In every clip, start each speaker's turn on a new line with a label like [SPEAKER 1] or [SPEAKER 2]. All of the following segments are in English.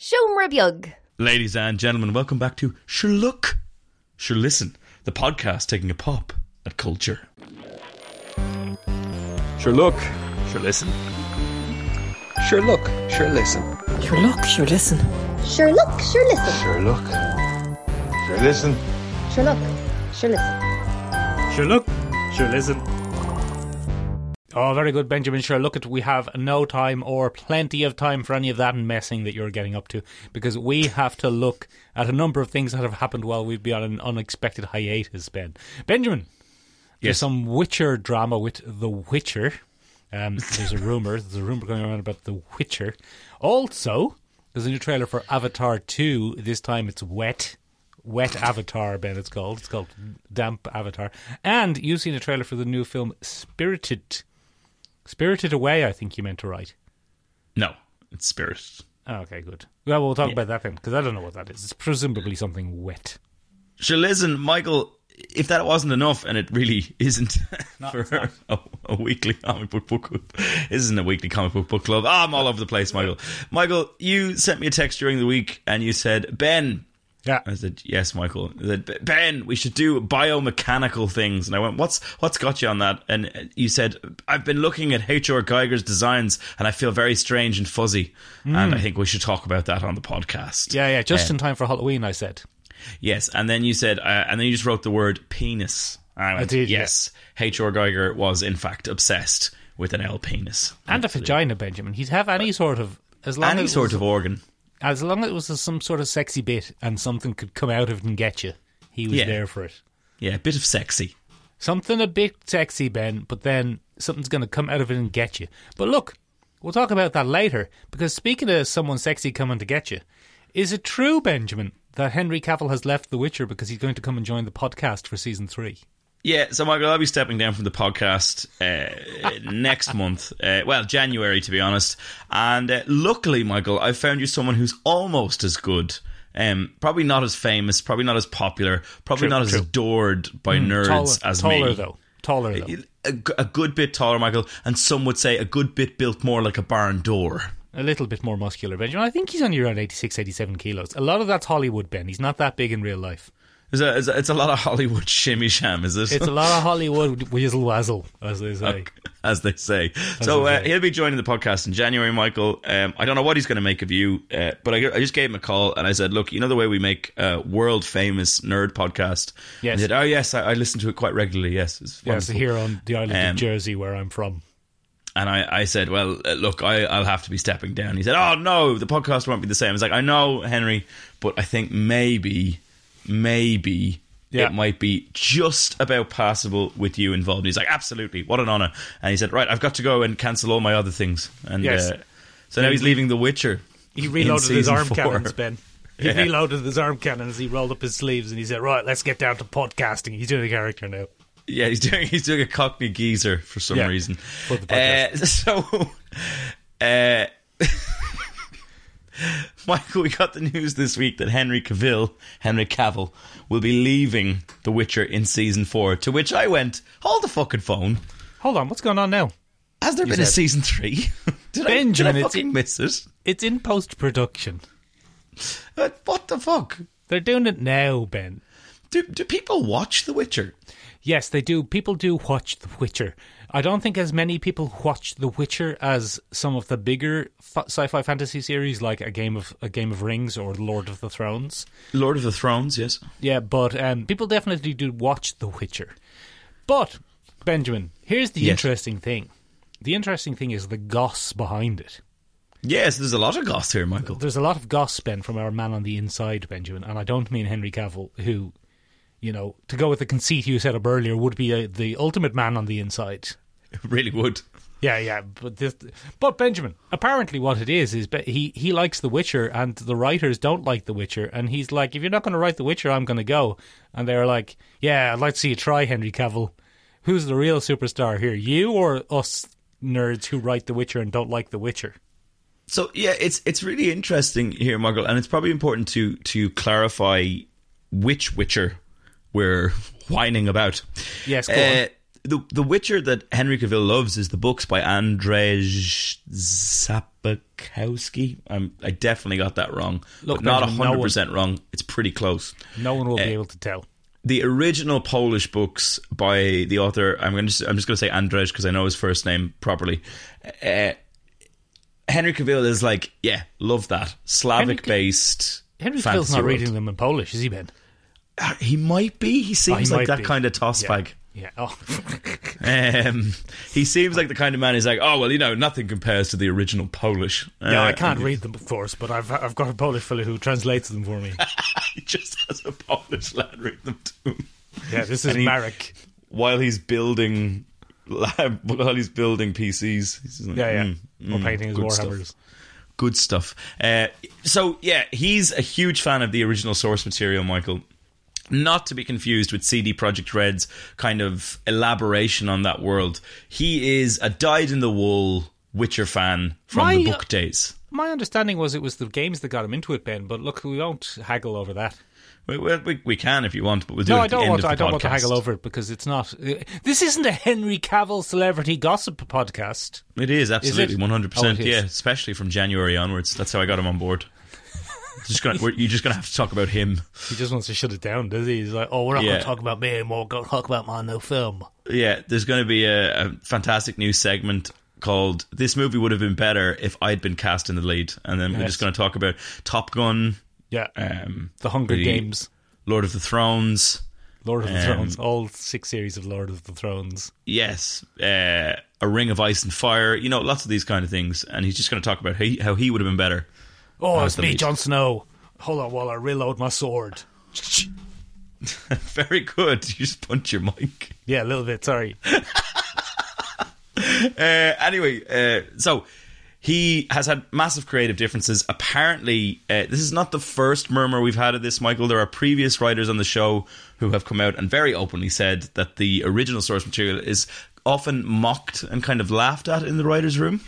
[SPEAKER 1] Shomra Bjug.
[SPEAKER 2] Ladies and gentlemen, welcome back to Sure Look, Sure Listen, the podcast taking a pop at culture.
[SPEAKER 3] Sure look, sure listen. Sure look, sure listen.
[SPEAKER 4] Sure look, sure listen.
[SPEAKER 5] Sure look, sure listen.
[SPEAKER 3] Sure look, sure listen.
[SPEAKER 5] Sure look, sure listen.
[SPEAKER 6] Sure look, sure listen. Oh, very good, Benjamin. Sure, look at we have no time or plenty of time for any of that messing that you're getting up to because we have to look at a number of things that have happened while we've been on an unexpected hiatus, Ben. Benjamin, there's
[SPEAKER 2] Yes.
[SPEAKER 6] some Witcher drama with The Witcher. Um, there's a rumor, there's a rumor going around about The Witcher. Also, there's a new trailer for Avatar 2. This time it's wet. Wet Avatar, Ben, it's called. It's called Damp Avatar. And you've seen a trailer for the new film Spirited. Spirited Away, I think you meant to write.
[SPEAKER 2] No, it's spirit.
[SPEAKER 6] Oh, okay, good. Well, we'll talk about that then, because I don't know what that is. It's presumably something wet.
[SPEAKER 2] Sure Listen, Michael, if that wasn't enough, and it really isn't for a, a weekly comic book book club, isn't a weekly comic book book club. Ah, I'm all over the place, Michael. Michael, you sent me a text during the week and you said, Ben,
[SPEAKER 6] Yeah.
[SPEAKER 2] I said, "Yes, Michael." I said, "B- "Ben, we should do biomechanical things." And I went, "What's what's got you on that?" And uh, you said, "I've been looking at H.R. Geiger's designs, and I feel very strange and fuzzy, and I think we should talk about that on the podcast."
[SPEAKER 6] Yeah, yeah, just in time for Halloween, I said.
[SPEAKER 2] Yes, and then you said, uh, and then you just wrote the word penis. And I, went,
[SPEAKER 6] did, yeah.
[SPEAKER 2] Yes, H.R. Geiger was in fact obsessed with an L penis
[SPEAKER 6] And a vagina, Benjamin. He'd have any sort of. As long
[SPEAKER 2] any
[SPEAKER 6] as it
[SPEAKER 2] sort
[SPEAKER 6] was-
[SPEAKER 2] of organ.
[SPEAKER 6] As long as it was some sort of sexy bit and something could come out of it and get you, he was
[SPEAKER 2] Yeah.
[SPEAKER 6] there for it.
[SPEAKER 2] Yeah, a bit of sexy.
[SPEAKER 6] Something a bit sexy, Ben, but then something's going to come out of it and get you. But look, we'll talk about that later because speaking of someone sexy coming to get you, is it true, Benjamin, that Henry Cavill has left The Witcher because he's going to come and join the podcast for season three?
[SPEAKER 2] Yeah, so Michael, I'll be stepping down from the podcast uh, next month. Uh, well, January, to be honest. And uh, luckily, Michael, I found you someone who's almost as good. Um, probably not as famous, probably not as popular, probably
[SPEAKER 6] True,
[SPEAKER 2] not as
[SPEAKER 6] true. Hmm,
[SPEAKER 2] adored by nerds
[SPEAKER 6] taller,
[SPEAKER 2] as
[SPEAKER 6] taller
[SPEAKER 2] me.
[SPEAKER 6] though, taller though.
[SPEAKER 2] A, g- a good bit taller, Michael, and some would say a good bit built more like a barn door.
[SPEAKER 6] a little bit more muscular, Benjamin. I think he's only around 86, 87 kilos. A lot of that's Hollywood, Ben. He's not that big in real life.
[SPEAKER 2] It's a, it's a, it's a lot of Hollywood shimmy sham, is it?
[SPEAKER 6] It's a lot of Hollywood whizzle wazzle, as they say.
[SPEAKER 2] as they say. so
[SPEAKER 6] they
[SPEAKER 2] uh,
[SPEAKER 6] say.
[SPEAKER 2] he'll be joining the podcast in January, Michael. Um, I don't know what he's going to make of you, uh, but I, I just gave him a call and I said, "Look, you know the way we make uh, world famous nerd podcast."
[SPEAKER 6] Yes.
[SPEAKER 2] He said, "Oh yes, I, I listen to it quite regularly. Yes, it's
[SPEAKER 6] Yes,
[SPEAKER 2] wonderful."
[SPEAKER 6] here on the island
[SPEAKER 2] Um,
[SPEAKER 6] of Jersey, where I'm from.
[SPEAKER 2] And I, I said, "Well, uh, look, I, I'll have to be stepping down." He said, "Oh no, the podcast won't be the same." I was like, "I know, Henry, but I think maybe, maybe."
[SPEAKER 6] Yeah.
[SPEAKER 2] It might be just about passable with you involved. He's like, absolutely, what an honor. And he said, right, I've got to go and cancel all my other things. And
[SPEAKER 6] Yes.
[SPEAKER 2] uh, so now he's leaving The Witcher.
[SPEAKER 6] He
[SPEAKER 2] in
[SPEAKER 6] reloaded his
[SPEAKER 2] season
[SPEAKER 6] arm
[SPEAKER 2] four.
[SPEAKER 6] cannons, Ben. He reloaded his arm cannons. He rolled up his sleeves and he said, "Right, let's get down to podcasting." He's doing a character now.
[SPEAKER 2] Yeah, he's doing he's doing a Cockney geezer for some
[SPEAKER 6] Yeah,
[SPEAKER 2] reason.
[SPEAKER 6] for the podcast.
[SPEAKER 2] Uh, so, uh, Michael, we got the news this week that Henry Cavill, Henry Cavill, will be leaving The Witcher in season four. To which I went, hold the fucking phone.
[SPEAKER 6] Hold on, what's going on now?
[SPEAKER 2] Has there been a
[SPEAKER 6] said-
[SPEAKER 2] season three? did,
[SPEAKER 6] Benjamin,
[SPEAKER 2] I, did I
[SPEAKER 6] it's-
[SPEAKER 2] fucking miss it?
[SPEAKER 6] It's in post production.
[SPEAKER 2] Uh, What the fuck?
[SPEAKER 6] They're doing it now, Ben.
[SPEAKER 2] Do, do people watch The Witcher?
[SPEAKER 6] Yes, they do. People do watch The Witcher. I don't think as many people watch The Witcher as some of the bigger fa- sci-fi fantasy series like a Game of a Game of Rings or Lord of the Thrones.
[SPEAKER 2] Lord of the Thrones, yes.
[SPEAKER 6] Yeah, but um, people definitely do watch The Witcher. But Benjamin, here's the
[SPEAKER 2] Yes.
[SPEAKER 6] interesting thing. The interesting thing is the goss behind it.
[SPEAKER 2] Yes, there's a lot of goss here, Michael.
[SPEAKER 6] There's a lot of goss Ben, from our man on the inside, Benjamin, and I don't mean Henry Cavill, who, you know, to go with the conceit you set up earlier, would be uh the ultimate man on the inside.
[SPEAKER 2] really would.
[SPEAKER 6] Yeah, yeah, but this, but Benjamin. Apparently, what it is is be- he he likes The Witcher, and the writers don't like The Witcher, and he's like, if you're not going to write The Witcher, I'm going to go. And they're like, yeah, I'd like to see you try, Henry Cavill. Who's the real superstar here, you or us nerds who write The Witcher and don't like The Witcher?
[SPEAKER 2] So yeah, it's it's really interesting here, Michael, and it's probably important to to clarify which Witcher we're whining about.
[SPEAKER 6] Yes, go
[SPEAKER 2] Uh, the the Witcher that Henry Cavill loves is the books by Andrzej Sapkowski. Um, I definitely got that wrong,
[SPEAKER 6] Look,
[SPEAKER 2] but not
[SPEAKER 6] Benjamin, no one-
[SPEAKER 2] hundred percent wrong. It's pretty close.
[SPEAKER 6] No one will
[SPEAKER 2] Eh.
[SPEAKER 6] be able to tell.
[SPEAKER 2] The original Polish books by the author. I'm going to. I'm just going to say Andrzej because I know his first name properly. Uh, Henry Cavill is like, yeah, love that Slavic based.
[SPEAKER 6] Henry
[SPEAKER 2] fantasy
[SPEAKER 6] Cavill's not
[SPEAKER 2] world.
[SPEAKER 6] reading them in Polish, is he, Ben?
[SPEAKER 2] Uh, He might be. He
[SPEAKER 6] Oh, he
[SPEAKER 2] seems like
[SPEAKER 6] might
[SPEAKER 2] that
[SPEAKER 6] be.
[SPEAKER 2] kind of toss
[SPEAKER 6] Yeah.
[SPEAKER 2] bag.
[SPEAKER 6] Yeah. Oh.
[SPEAKER 2] Um, he seems like the kind of man who's like, oh well, you know, nothing compares to the original Polish.
[SPEAKER 6] yeah,
[SPEAKER 2] Uh,
[SPEAKER 6] I can't read them, of course, but I've I've got a Polish fellow who translates them for me.
[SPEAKER 2] He just has a Polish lad read them to him
[SPEAKER 6] Yeah, this is
[SPEAKER 2] And he-
[SPEAKER 6] Marek.
[SPEAKER 2] while he's building, lab, while he's building PCs. He's just like,
[SPEAKER 6] Yeah, yeah.
[SPEAKER 2] "Mm,
[SPEAKER 6] Or
[SPEAKER 2] mm,
[SPEAKER 6] painting his
[SPEAKER 2] good stuff."
[SPEAKER 6] Warhammers.
[SPEAKER 2] Good stuff. Uh, so yeah, he's a huge fan of the original source material, Michael. Not to be confused with CD Projekt Red's kind of elaboration on that world. He is a dyed-in-the-wool Witcher fan from the
[SPEAKER 6] My- uh,
[SPEAKER 2] book days.
[SPEAKER 6] My understanding was it was the games that got him into it, Ben. But look, we won't haggle over that.
[SPEAKER 2] We, we, we- we can if you want, but we'll do
[SPEAKER 6] No,
[SPEAKER 2] it at
[SPEAKER 6] I
[SPEAKER 2] the
[SPEAKER 6] don't
[SPEAKER 2] end
[SPEAKER 6] want.
[SPEAKER 2] of
[SPEAKER 6] To,
[SPEAKER 2] the
[SPEAKER 6] I don't want to
[SPEAKER 2] podcast.
[SPEAKER 6] haggle over it because it's not. uh, This isn't a Henry Cavill celebrity gossip podcast.
[SPEAKER 2] It is absolutely
[SPEAKER 6] it?
[SPEAKER 2] one hundred percent.
[SPEAKER 6] Oh, it is.
[SPEAKER 2] Yeah, especially from January onwards. That's how I got him on board. just gonna, we're, you're just gonna have to talk about him.
[SPEAKER 6] He just wants to shut it down, does he? He's like, oh, we're not
[SPEAKER 2] Yeah.
[SPEAKER 6] going to talk about me anymore. Go talk about my new film.
[SPEAKER 2] Yeah, there's going to be a, a fantastic new segment called "This movie would have been better if I'd been cast in the lead," and then we're
[SPEAKER 6] Yes.
[SPEAKER 2] just going to talk about Top Gun,
[SPEAKER 6] Yeah,
[SPEAKER 2] um,
[SPEAKER 6] the Hunger
[SPEAKER 2] the-
[SPEAKER 6] Games,
[SPEAKER 2] Lord of the Thrones.
[SPEAKER 6] Lord of the
[SPEAKER 2] um,
[SPEAKER 6] Thrones, all six series of Lord of the Thrones.
[SPEAKER 2] Yes, uh, a Ring of Ice and Fire. You know, lots of these kind of things, and he's just going to talk about how he, how he would have been better.
[SPEAKER 6] Oh,
[SPEAKER 2] That's
[SPEAKER 6] it's
[SPEAKER 2] the
[SPEAKER 6] me,
[SPEAKER 2] lead.
[SPEAKER 6] Jon Snow. Hold on while I reload my sword.
[SPEAKER 2] Very good. You just punch your mic.
[SPEAKER 6] Yeah, a little bit. Sorry.
[SPEAKER 2] uh, anyway, uh, so he has had massive creative differences. Apparently, uh, this is not the first murmur we've had of this, Michael. There are previous writers on the show who have come out and very openly said that the original source material is often mocked and kind of laughed at in the writer's room.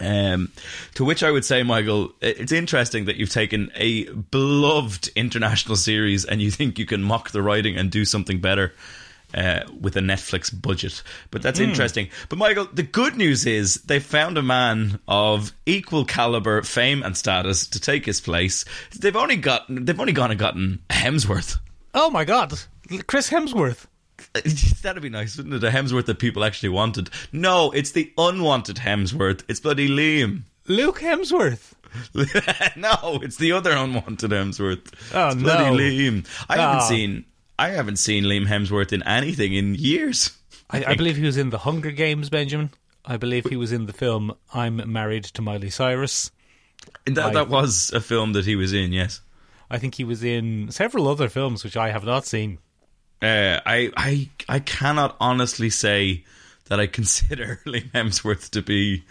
[SPEAKER 2] Um, to which I would say, Michael, i- it's interesting that you've taken a beloved international series and you think you can mock the writing and do something better uh, with a Netflix budget. But that's interesting. But Michael, the good news is they found a man of equal caliber, fame, and status to take his place. They've only got they've only gone and gotten Hemsworth.
[SPEAKER 6] Oh my God, Chris Hemsworth.
[SPEAKER 2] That'd be nice, wouldn't it? A Hemsworth that people actually wanted. No, it's the unwanted Hemsworth. It's bloody Liam.
[SPEAKER 6] Luke Hemsworth.
[SPEAKER 2] no, it's the other unwanted Hemsworth.
[SPEAKER 6] Oh,
[SPEAKER 2] It's bloody
[SPEAKER 6] no.
[SPEAKER 2] Liam. I haven't
[SPEAKER 6] Oh.
[SPEAKER 2] seen I haven't seen Liam Hemsworth in anything in years.
[SPEAKER 6] I, I believe he was in the Hunger Games, Benjamin. I believe he was in the film I'm Married to Miley Cyrus.
[SPEAKER 2] And that,
[SPEAKER 6] I-
[SPEAKER 2] that was a film that he was in, yes.
[SPEAKER 6] I think he was in several other films which I have not seen.
[SPEAKER 2] Uh, I I I cannot honestly say that I consider Liam Hemsworth to be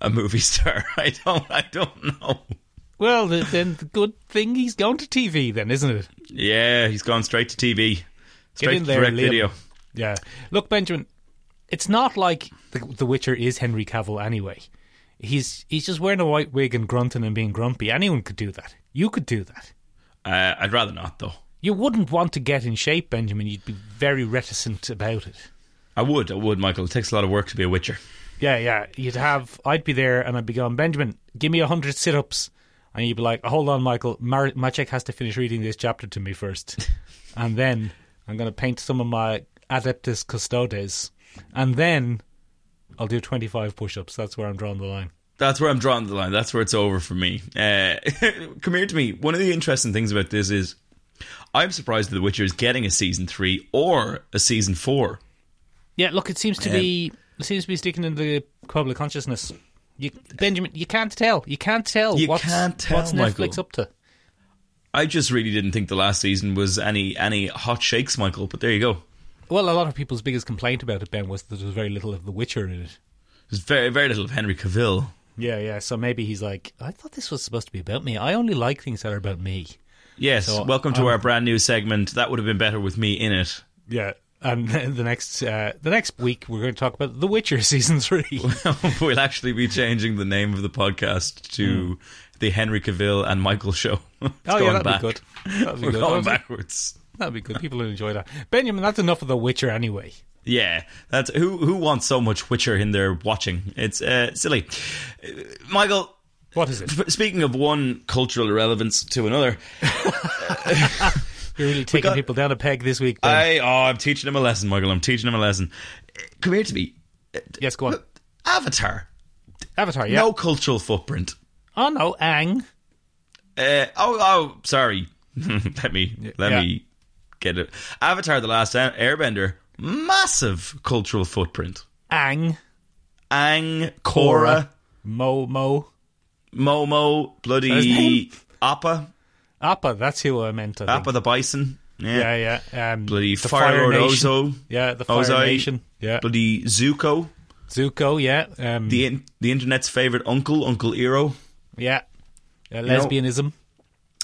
[SPEAKER 2] a movie star. I don't I don't know.
[SPEAKER 6] Well, th- then the good thing he's going to TV, then, isn't it?
[SPEAKER 2] Yeah, he's gone straight to TV. Straight
[SPEAKER 6] in
[SPEAKER 2] to
[SPEAKER 6] there,
[SPEAKER 2] direct
[SPEAKER 6] Liam.
[SPEAKER 2] video.
[SPEAKER 6] Yeah. Look, Benjamin, it's not like the, the Witcher is Henry Cavill anyway. He's he's just wearing a white wig and grunting and being grumpy. Anyone could do that. You could do that.
[SPEAKER 2] Uh, I'd rather not though.
[SPEAKER 6] You wouldn't want to get in shape, Benjamin. You'd be very reticent about it.
[SPEAKER 2] I would, I would, Michael. It takes a lot of work to be a witcher.
[SPEAKER 6] Yeah, yeah. You'd have, I'd be there and I'd be going, Benjamin, give me 100 sit ups. And you'd be like, hold on, Michael, Mar- Maciek has to finish reading this chapter to me first. and then I'm going to paint some of my Adeptus Custodes. And then I'll do 25 push ups. That's where I'm drawing the line.
[SPEAKER 2] That's where I'm drawing the line. That's where it's over for me. Uh, come here to me. One of the interesting things about this is I'm surprised that The Witcher is getting a season three or a season four.
[SPEAKER 6] Yeah, look, it seems to be it seems to be sticking in the public consciousness. You, Benjamin, you can't tell. You can't tell.
[SPEAKER 2] You
[SPEAKER 6] what's,
[SPEAKER 2] can't tell,
[SPEAKER 6] what's Netflix
[SPEAKER 2] Michael.
[SPEAKER 6] up to.
[SPEAKER 2] I just really didn't think the last season was any any hot shakes, Michael. But there you go.
[SPEAKER 6] Well, a lot of people's biggest complaint about it, Ben, was that there was very little of The Witcher in it.
[SPEAKER 2] There's very very little of Henry Cavill.
[SPEAKER 6] Yeah, yeah. So maybe he's like, I thought this was supposed to be about me. I only like things that are about me.
[SPEAKER 2] Yes,
[SPEAKER 6] So, um,
[SPEAKER 2] welcome to
[SPEAKER 6] I'm-
[SPEAKER 2] our brand new segment. That would have been better with me in it.
[SPEAKER 6] Yeah. And the next uh, the next week we're going to talk about The Witcher season three.
[SPEAKER 2] we'll actually be changing the name of the podcast to the Henry Cavill and Michael Show. It's
[SPEAKER 6] Hmm. oh
[SPEAKER 2] going
[SPEAKER 6] yeah, that'd
[SPEAKER 2] back.
[SPEAKER 6] be good. That'd be
[SPEAKER 2] We're
[SPEAKER 6] good.
[SPEAKER 2] going
[SPEAKER 6] That'd be-
[SPEAKER 2] backwards.
[SPEAKER 6] That'd be good. People will enjoy that. Benjamin, that's enough of The Witcher anyway.
[SPEAKER 2] Yeah, that's who who wants so much Witcher in their watching. It's uh, silly. Uh, Michael,
[SPEAKER 6] What is it?
[SPEAKER 2] f- speaking of one cultural irrelevance to another,
[SPEAKER 6] You're really taking
[SPEAKER 2] got-
[SPEAKER 6] people down a peg this week. Ben.
[SPEAKER 2] I oh, I'm teaching him a lesson, Michael. I'm teaching him a lesson. Uh, Come here to me.
[SPEAKER 6] yes, go on.
[SPEAKER 2] Avatar,
[SPEAKER 6] Avatar, yeah.
[SPEAKER 2] no cultural footprint.
[SPEAKER 6] Oh no, Ang.
[SPEAKER 2] Uh, oh, oh, sorry. let me let
[SPEAKER 6] Yeah.
[SPEAKER 2] me get it. Avatar: The Last Airbender, massive cultural footprint.
[SPEAKER 6] Ang.
[SPEAKER 2] Ang, Korra,
[SPEAKER 6] Cora. Mo Mo.
[SPEAKER 2] Momo,
[SPEAKER 6] his
[SPEAKER 2] bloody
[SPEAKER 6] name?
[SPEAKER 2] Appa,
[SPEAKER 6] Appa, that's who I meant. I think.
[SPEAKER 2] Appa the Bison. Yeah,
[SPEAKER 6] Yeah, yeah. Um,
[SPEAKER 2] Bloody Fire Lord
[SPEAKER 6] Nation.
[SPEAKER 2] Ozo.
[SPEAKER 6] Yeah, the Fire
[SPEAKER 2] Ozai.
[SPEAKER 6] Nation. Yeah.
[SPEAKER 2] bloody Zuko,
[SPEAKER 6] Zuko, yeah. Um,
[SPEAKER 2] the in- the internet's favorite uncle, Uncle Iro.
[SPEAKER 6] yeah. Uh, lesbianism.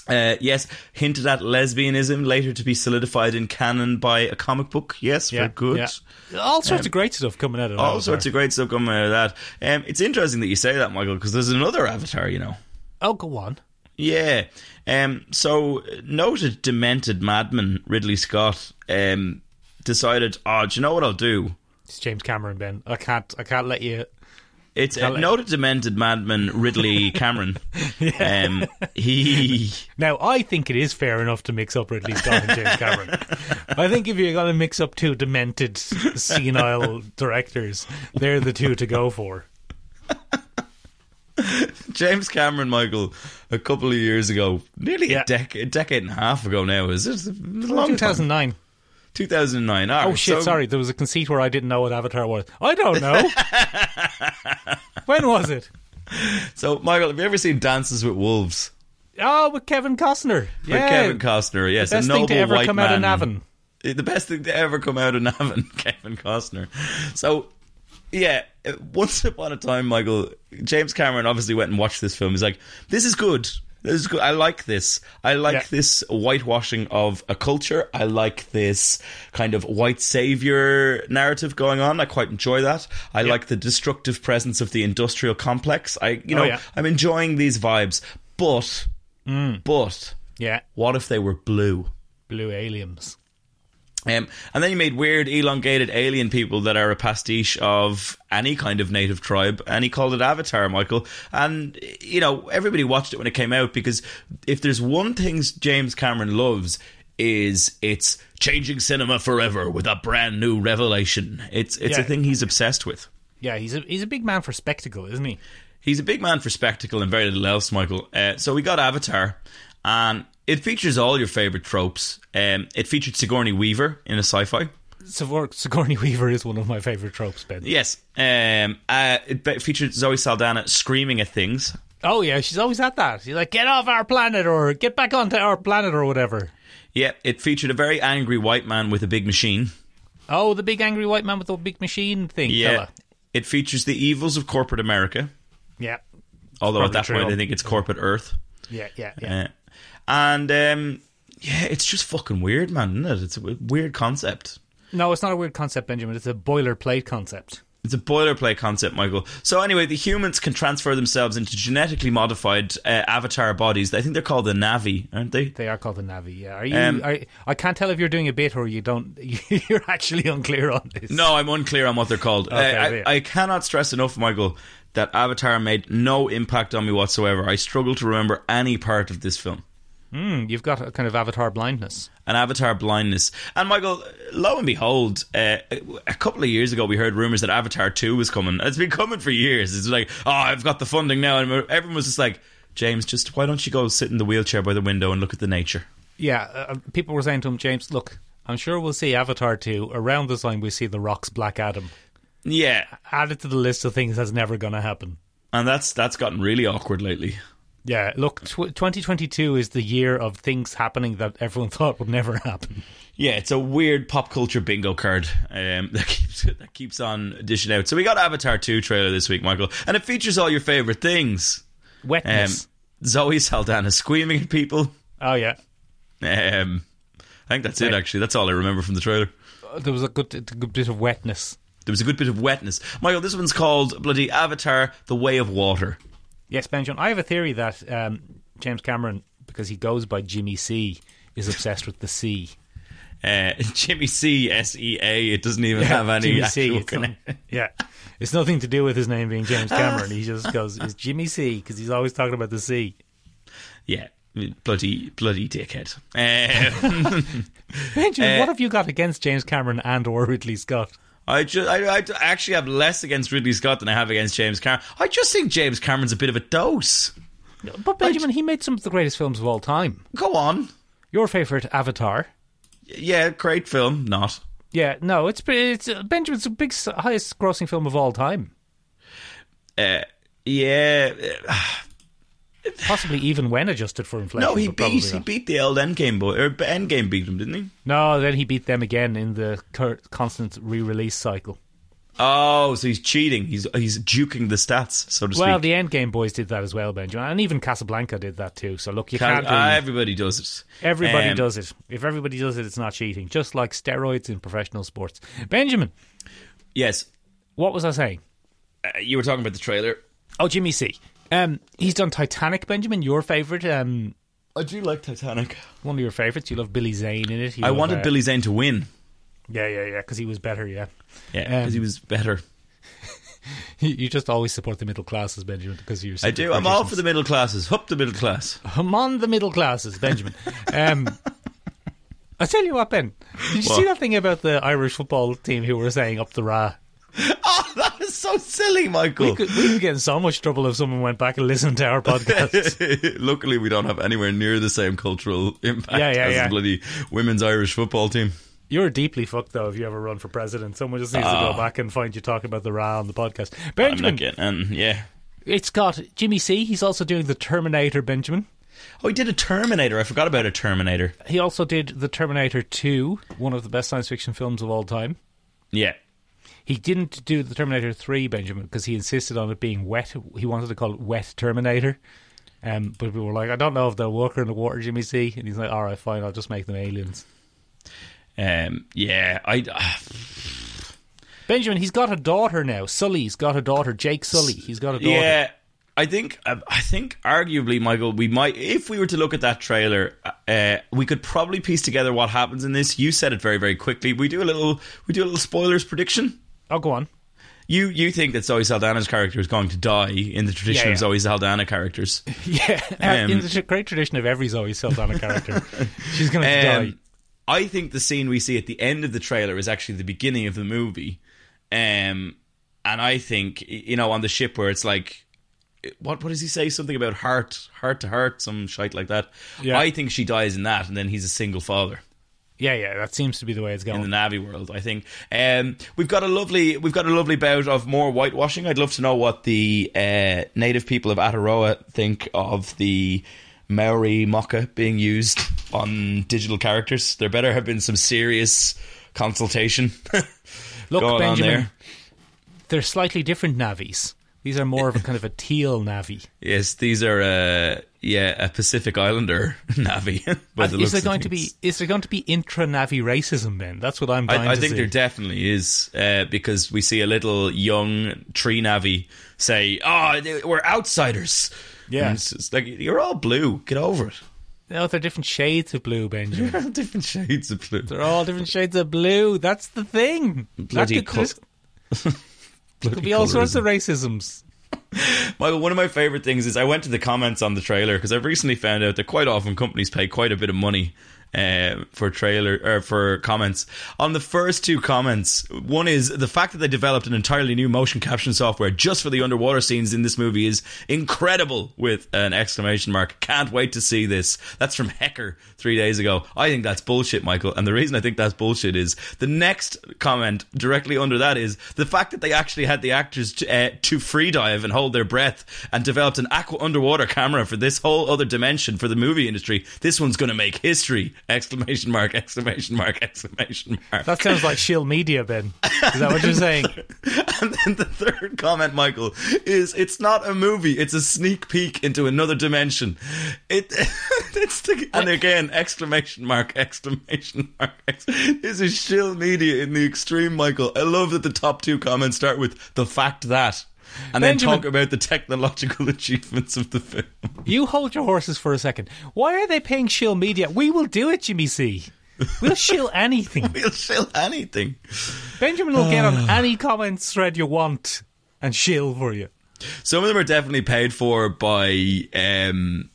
[SPEAKER 2] Uh, yes, hinted at lesbianism later to be solidified in canon by a comic book. Yes,
[SPEAKER 6] Yeah.
[SPEAKER 2] for good.
[SPEAKER 6] yeah. All sorts of great stuff coming out of
[SPEAKER 2] All
[SPEAKER 6] Avatar.
[SPEAKER 2] sorts of great stuff coming out of that. Um, it's interesting that you say that, Michael, because there's another Avatar, you know.
[SPEAKER 6] Oh, go on.
[SPEAKER 2] Yeah. Um, so noted demented madman Ridley Scott um, decided, oh, do you know what I'll do?
[SPEAKER 6] It's James Cameron, Ben. I can't. I can't let you.
[SPEAKER 2] It's uh,
[SPEAKER 6] Tell it.
[SPEAKER 2] noted demented madman Ridley Cameron. um, he
[SPEAKER 6] Now, I think it is fair enough to mix up Ridley Scott and James Cameron. I think if you're going to mix up two demented, senile directors, they're the two to go for.
[SPEAKER 2] James Cameron, Michael, a couple of years ago, nearly
[SPEAKER 6] Yeah.
[SPEAKER 2] a, dec- a decade and a half ago now, is it? It's a long time.
[SPEAKER 6] 2009.
[SPEAKER 2] 2009. All
[SPEAKER 6] Oh
[SPEAKER 2] right,
[SPEAKER 6] shit!
[SPEAKER 2] so-
[SPEAKER 6] Sorry, there was a conceit where I didn't know what Avatar was. I don't know. when was it?
[SPEAKER 2] So, Michael, have you ever seen Dances with Wolves?
[SPEAKER 6] Oh, with Kevin Costner.
[SPEAKER 2] With
[SPEAKER 6] yeah,
[SPEAKER 2] Kevin Costner, yes,
[SPEAKER 6] best
[SPEAKER 2] a noble
[SPEAKER 6] thing to ever
[SPEAKER 2] white
[SPEAKER 6] come
[SPEAKER 2] man.
[SPEAKER 6] out of Navin.
[SPEAKER 2] Eh, The best thing to ever come out of Navin, Kevin Costner. So, yeah, eh, once upon a time, Michael James Cameron obviously went and watched this film. He's like, "This is good. This is good. I like this. I like
[SPEAKER 6] Yeah.
[SPEAKER 2] this whitewashing of a culture. I like this kind of white savior narrative going on. I quite enjoy that. I like the destructive presence of the industrial complex. I, you know,
[SPEAKER 6] Oh, yeah.
[SPEAKER 2] I'm enjoying these vibes. But,
[SPEAKER 6] Mm.
[SPEAKER 2] but."
[SPEAKER 6] Yeah,
[SPEAKER 2] What if they were blue?
[SPEAKER 6] blue aliens.
[SPEAKER 2] Um, and then you made weird, elongated alien people that are a pastiche of any kind of native tribe, and he called it Avatar, Michael. And, you know, everybody watched it when it came out because if there's one thing James Cameron loves, is it's changing cinema forever with a brand new revelation. It's it's a
[SPEAKER 6] Yeah.
[SPEAKER 2] thing he's obsessed with.
[SPEAKER 6] Yeah, he's a he's a big man for spectacle, isn't he?
[SPEAKER 2] He's a big man for spectacle and very little else, Michael. Uh, so we got Avatar, and it features all your favorite tropes. Um, it featured Sigourney Weaver in a sci-fi.
[SPEAKER 6] Sigour- Sigourney Weaver is one of my favorite tropes, Ben.
[SPEAKER 2] Yes, um, uh, it be- featured Zoe Saldana screaming at things.
[SPEAKER 6] Oh yeah, she's always at that. She's like, "Get off our planet," or "Get back onto our planet," or whatever.
[SPEAKER 2] Yeah, it featured a very angry white man with a big machine.
[SPEAKER 6] Oh, the big angry white man with the big machine thing.
[SPEAKER 2] Yeah,
[SPEAKER 6] fella.
[SPEAKER 2] it features the evils of corporate America.
[SPEAKER 6] yeah,
[SPEAKER 2] Although at
[SPEAKER 6] Probably
[SPEAKER 2] that
[SPEAKER 6] true.
[SPEAKER 2] point, I think it's corporate Earth.
[SPEAKER 6] yeah, yeah, yeah.
[SPEAKER 2] Uh, and um, yeah, it's just fucking weird, man. Isn't it? It's a w- weird concept.
[SPEAKER 6] No, it's not a weird concept, Benjamin. It's a boilerplate concept.
[SPEAKER 2] It's a boilerplate concept, Michael. So anyway, the humans can transfer themselves into genetically modified uh, avatar bodies. I think they're called the Navi, aren't they?
[SPEAKER 6] They are called the Navi. Yeah, are you?
[SPEAKER 2] Um,
[SPEAKER 6] are, I can't tell if you're doing a bit or you don't. You're actually unclear on this.
[SPEAKER 2] No, I'm unclear on what they're called. Uh,
[SPEAKER 6] Okay,
[SPEAKER 2] I,
[SPEAKER 6] yeah.
[SPEAKER 2] I, I cannot stress enough, Michael, that Avatar made no impact on me whatsoever. I struggle to remember any part of this film.
[SPEAKER 6] Hmm, you've got a kind of avatar blindness.
[SPEAKER 2] An Avatar blindness. And Michael, lo and behold, uh, a couple of years ago we heard rumors that Avatar 2 was coming. It's been coming for years. It's like, oh, I've got the funding now. And everyone was just like, James, just why don't you go sit in the wheelchair by the window and look at the nature?
[SPEAKER 6] Yeah, uh, people were saying to him, James, look, I'm sure we'll see Avatar 2. Around the time we see The Rock's Black Adam.
[SPEAKER 2] Yeah.
[SPEAKER 6] Add it to the list of things that's never going to happen.
[SPEAKER 2] And that's that's gotten really awkward lately.
[SPEAKER 6] Yeah, look, tw- 2022 is the year of things happening that everyone thought would never happen.
[SPEAKER 2] Yeah, it's a weird pop culture bingo card um, that keeps that keeps on dishing out. So we got Avatar two trailer this week, Michael, and it features all your favorite things: um,
[SPEAKER 6] Wetness.
[SPEAKER 2] Zoe Saldana screaming at people.
[SPEAKER 6] oh, yeah.
[SPEAKER 2] Um, I think that's it.
[SPEAKER 6] Right.
[SPEAKER 2] Actually, that's all I remember from the trailer.
[SPEAKER 6] Uh, There was a good, a good bit of wetness.
[SPEAKER 2] There was a good bit of wetness, Michael. This one's called bloody Avatar: The Way of Water.
[SPEAKER 6] Yes, Benjamin, I have a theory that um, James Cameron, because he goes by Jimmy C, is obsessed with the sea.
[SPEAKER 2] Uh, Jimmy C S E A. It doesn't even have any
[SPEAKER 6] Jimmy
[SPEAKER 2] actual
[SPEAKER 6] C. It's
[SPEAKER 2] connection.
[SPEAKER 6] not- yeah, it's nothing to do with his name being James Cameron. He just goes, "It's Jimmy C" because he's always talking about the sea.
[SPEAKER 2] Yeah, bloody bloody dickhead. Um,
[SPEAKER 6] Benjamin,
[SPEAKER 2] Uh,
[SPEAKER 6] what have you got against James Cameron and or Ridley Scott?
[SPEAKER 2] I just I, I actually have less against Ridley Scott than I have against James Cameron. I just think James Cameron's a bit of a dose.
[SPEAKER 6] But Benjamin, he made some of the greatest films of all time.
[SPEAKER 2] Go on.
[SPEAKER 6] Your favorite Avatar.
[SPEAKER 2] Yeah, great film. Not.
[SPEAKER 6] Yeah, no, it's it's uh, Benjamin's big highest grossing film of all time,
[SPEAKER 2] Uh, yeah. uh,
[SPEAKER 6] possibly even when adjusted for inflation.
[SPEAKER 2] No, he
[SPEAKER 6] but probably
[SPEAKER 2] beat he
[SPEAKER 6] not.
[SPEAKER 2] beat the old Endgame boy or Endgame beat him, didn't he?
[SPEAKER 6] No, then he beat them again in the cur- constant re-release cycle.
[SPEAKER 2] Oh, so he's cheating. He's he's juking the stats, so to
[SPEAKER 6] Well,
[SPEAKER 2] speak.
[SPEAKER 6] the Endgame boys did that as well, Benjamin, and even Casablanca did that too. So look, you
[SPEAKER 2] Can-
[SPEAKER 6] can't.
[SPEAKER 2] ah,
[SPEAKER 6] really-
[SPEAKER 2] everybody does it.
[SPEAKER 6] Everybody
[SPEAKER 2] Um,
[SPEAKER 6] does it. If everybody does it, it's not cheating. Just like steroids in professional sports. Benjamin,
[SPEAKER 2] Yes,
[SPEAKER 6] what was I saying?
[SPEAKER 2] uh, you were talking about the trailer.
[SPEAKER 6] Oh, Jimmy C. Um, he's done Titanic, Benjamin. Your favorite, um,
[SPEAKER 2] I do like Titanic.
[SPEAKER 6] one of your favorites. You love Billy Zane in it. You
[SPEAKER 2] I
[SPEAKER 6] love,
[SPEAKER 2] wanted
[SPEAKER 6] uh,
[SPEAKER 2] Billy Zane to win.
[SPEAKER 6] Yeah, yeah, yeah. Because he was better. Yeah.
[SPEAKER 2] Yeah, because
[SPEAKER 6] Um,
[SPEAKER 2] he was better.
[SPEAKER 6] You just always support the middle classes, Benjamin, because you're.
[SPEAKER 2] I do. I'm all for the middle classes. Up the middle class.
[SPEAKER 6] I'm on the middle classes, Benjamin. um, I tell you what, Ben. Did you see
[SPEAKER 2] What?
[SPEAKER 6] that thing about the Irish football team who were saying up the ra?
[SPEAKER 2] Oh, that is so silly, Michael.
[SPEAKER 6] We could, we could get in so much trouble if someone went back and listened to our podcast.
[SPEAKER 2] Luckily, we don't have anywhere near the same cultural impact
[SPEAKER 6] Yeah, yeah,
[SPEAKER 2] as
[SPEAKER 6] yeah.
[SPEAKER 2] the bloody women's Irish football team.
[SPEAKER 6] You're deeply fucked though if you ever run for president. Someone just needs to go back and find you talking about the Ra on the podcast.
[SPEAKER 2] Ah. I'm not
[SPEAKER 6] Benjamin,
[SPEAKER 2] getting. Um, yeah.
[SPEAKER 6] it's got Jimmy C. He's also doing the Terminator. Benjamin.
[SPEAKER 2] Oh, he did a Terminator. I forgot about a Terminator.
[SPEAKER 6] He also did the Terminator Two, one of the best science fiction films of all time.
[SPEAKER 2] Yeah.
[SPEAKER 6] He didn't do the Terminator Three, Benjamin, because he insisted on it being wet. He wanted to call it Wet Terminator. Um, but we were like, I don't know if they'll walk her in the water, Jimmy C. And he's like, all right, fine, I'll just make them aliens.
[SPEAKER 2] Um, yeah. I. ah,
[SPEAKER 6] Benjamin, he's got a daughter now. Sully's got a daughter. Jake Sully, he's got a daughter.
[SPEAKER 2] Yeah, I think I I think arguably, Michael, we might if we were to look at that trailer, uh, we could probably piece together what happens in this. You said it very very quickly. We do a little we do a little spoilers prediction.
[SPEAKER 6] Oh, go on.
[SPEAKER 2] You you think that Zoe Saldana's character is going to die in the tradition
[SPEAKER 6] Yeah, yeah.
[SPEAKER 2] of Zoe Saldana characters?
[SPEAKER 6] Yeah, uh, in
[SPEAKER 2] Um,
[SPEAKER 6] the tr- great tradition of every Zoe Saldana character, she's going to die.
[SPEAKER 2] Um, I think the scene we see at the end of the trailer is actually the beginning of the movie. Um, and I think y- you know on the ship where it's like, what what does he say? Something about heart, heart to heart, some shite like that.
[SPEAKER 6] Yeah.
[SPEAKER 2] I think she dies in that, and then he's a single father
[SPEAKER 6] Yeah, yeah, that seems to be the way it's
[SPEAKER 2] in the
[SPEAKER 6] going.
[SPEAKER 2] Navi world. I think um, we've got a lovely we've got a lovely bout of more whitewashing. I'd love to know what the uh, native people of Ataroa think of the Maori mocha being used on digital characters. There better have been some serious consultation
[SPEAKER 6] Look,
[SPEAKER 2] going on
[SPEAKER 6] Benjamin,
[SPEAKER 2] there.
[SPEAKER 6] they're slightly different navies. These are more of a kind of a teal navy.
[SPEAKER 2] Yes, these are uh, yeah a Pacific Islander Navi. by the
[SPEAKER 6] And Uh, is
[SPEAKER 2] looks
[SPEAKER 6] there
[SPEAKER 2] of
[SPEAKER 6] going to be
[SPEAKER 2] things.
[SPEAKER 6] is there going to be intra navy racism then? That's what I'm. Dying
[SPEAKER 2] I, I
[SPEAKER 6] to
[SPEAKER 2] think
[SPEAKER 6] see.
[SPEAKER 2] there definitely is uh, because we see a little young tree navvy say, "Oh, they- we're outsiders."
[SPEAKER 6] Yeah.
[SPEAKER 2] And it's just like you're all blue. Get over it.
[SPEAKER 6] No, Oh, they're different shades of blue, Benjamin.
[SPEAKER 2] Different shades of blue.
[SPEAKER 6] they're all different shades of blue. That's the thing. That
[SPEAKER 2] Bloody
[SPEAKER 6] could,
[SPEAKER 2] col-
[SPEAKER 6] this could be all sorts of racisms.
[SPEAKER 2] Michael, one of my favorite things is I went to the comments on the trailer because I've recently found out that quite often companies pay quite a bit of money uh, for trailer or for comments. On the first two comments, one is the fact that they developed an entirely new motion caption software just for the underwater scenes in this movie is incredible. With an exclamation mark, can't wait to see this. That's from Hecker three days ago. I think that's bullshit, Michael. And the reason I think that's bullshit is the next comment directly under that is the fact that they actually had the actors to, uh, to free dive and hold their breath and developed an aqua underwater camera for this whole other dimension for the movie industry. This one's going to make history! Exclamation mark! Exclamation mark! Exclamation mark!
[SPEAKER 6] That sounds like shill media, Ben. Is that what you're saying?
[SPEAKER 2] And then the third comment, Michael, is it's not a movie; it's a sneak peek into another dimension. It, it's the, and again exclamation mark! Exclamation mark! ex- This is shill media in the extreme, Michael. I love that the top two comments start with the fact that, and
[SPEAKER 6] Benjamin-
[SPEAKER 2] then talk about the technological achievements of the film.
[SPEAKER 6] You hold your horses for a second. Why are they paying Shill Media? We will do it, Jimmy C. We'll shill anything.
[SPEAKER 2] We'll shill anything.
[SPEAKER 6] Benjamin will get on any comments thread you want and shill for you.
[SPEAKER 2] Some of them are definitely paid for by um,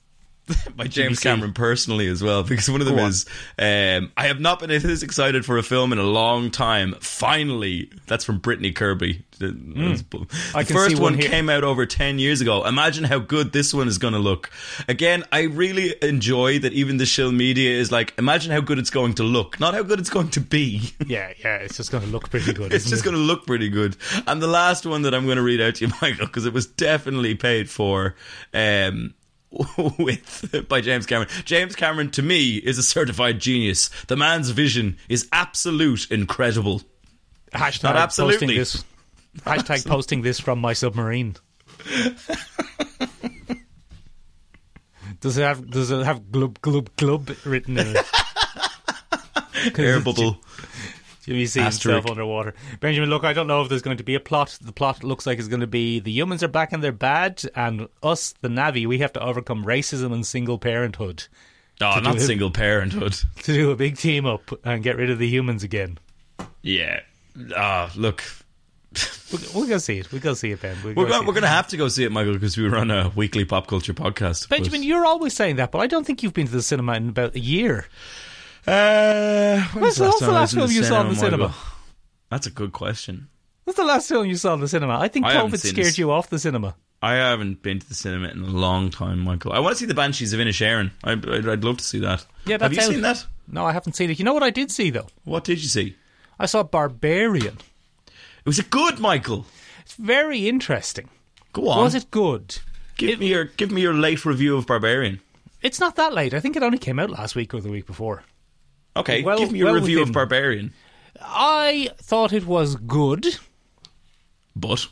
[SPEAKER 2] by James Cameron personally as well, because one of them
[SPEAKER 6] Go on.
[SPEAKER 2] is um, I have not been this excited for a film in a long time. Finally, that's from Brittany Kirby. The, the
[SPEAKER 6] Hmm. I can
[SPEAKER 2] first
[SPEAKER 6] see one
[SPEAKER 2] one
[SPEAKER 6] here.
[SPEAKER 2] came out over ten years ago. Imagine how good this one is going to look. Again, I really enjoy that even the shill media is like, imagine how good it's going to look, not how good it's going to be.
[SPEAKER 6] Yeah, yeah, it's just going to look pretty good.
[SPEAKER 2] It's
[SPEAKER 6] isn't
[SPEAKER 2] just
[SPEAKER 6] it?
[SPEAKER 2] going to look pretty good. And the last one that I'm going to read out to you, Michael, because it was definitely paid for um, with by James Cameron. James Cameron, to me, is a certified genius. The man's vision is absolute incredible.
[SPEAKER 6] hashtag
[SPEAKER 2] Not absolutely.
[SPEAKER 6] posting this. Hashtag posting this from my submarine. does it have does it have glub glub glub written in it?
[SPEAKER 2] Air bubble.
[SPEAKER 6] Jimmy sees
[SPEAKER 2] Asterisk.
[SPEAKER 6] himself underwater. Benjamin, look, I don't know if there's going to be a plot. The plot looks like it's going to be the humans are back and they're bad, and us, the Navi, we have to overcome racism and single parenthood
[SPEAKER 2] Oh, not
[SPEAKER 6] do it.
[SPEAKER 2] single parenthood.
[SPEAKER 6] to do a big team up and get rid of the humans again.
[SPEAKER 2] Yeah. Ah, look.
[SPEAKER 6] We're, we're going to see it. We're going to see it, Ben. We're,
[SPEAKER 2] We're
[SPEAKER 6] gonna
[SPEAKER 2] going,
[SPEAKER 6] see
[SPEAKER 2] we're
[SPEAKER 6] it.
[SPEAKER 2] going to have to go see it, Michael, because we run a weekly pop culture podcast.
[SPEAKER 6] Benjamin, you're always saying that, but I don't think you've been to the cinema in about a year.
[SPEAKER 2] But- uh, when
[SPEAKER 6] When's
[SPEAKER 2] was
[SPEAKER 6] the, when's the
[SPEAKER 2] time I
[SPEAKER 6] last
[SPEAKER 2] was
[SPEAKER 6] film you saw in the cinema?
[SPEAKER 2] Michael? That's a good question.
[SPEAKER 6] When's the last film you saw in the cinema? I think
[SPEAKER 2] I haven't
[SPEAKER 6] COVID
[SPEAKER 2] seen
[SPEAKER 6] scared
[SPEAKER 2] this.
[SPEAKER 6] you off the cinema.
[SPEAKER 2] I haven't been to the cinema in a long time, Michael. I want to see the Banshees of Inisherin. I, I'd, I'd love to see that.
[SPEAKER 6] Yeah,
[SPEAKER 2] have
[SPEAKER 6] that's
[SPEAKER 2] you
[SPEAKER 6] out.
[SPEAKER 2] seen that?
[SPEAKER 6] No, I haven't seen it. You know what I did see, though?
[SPEAKER 2] What did you see?
[SPEAKER 6] I saw Barbarian.
[SPEAKER 2] Was it good, Michael?
[SPEAKER 6] It's very interesting.
[SPEAKER 2] Go on.
[SPEAKER 6] Was it good?
[SPEAKER 2] Give me your give me your late review of Barbarian.
[SPEAKER 6] It's not that late. I think it only came out last week or the week before.
[SPEAKER 2] Okay,
[SPEAKER 6] Well-
[SPEAKER 2] give me your
[SPEAKER 6] well
[SPEAKER 2] review of
[SPEAKER 6] within-
[SPEAKER 2] Barbarian.
[SPEAKER 6] I thought it was good,
[SPEAKER 2] But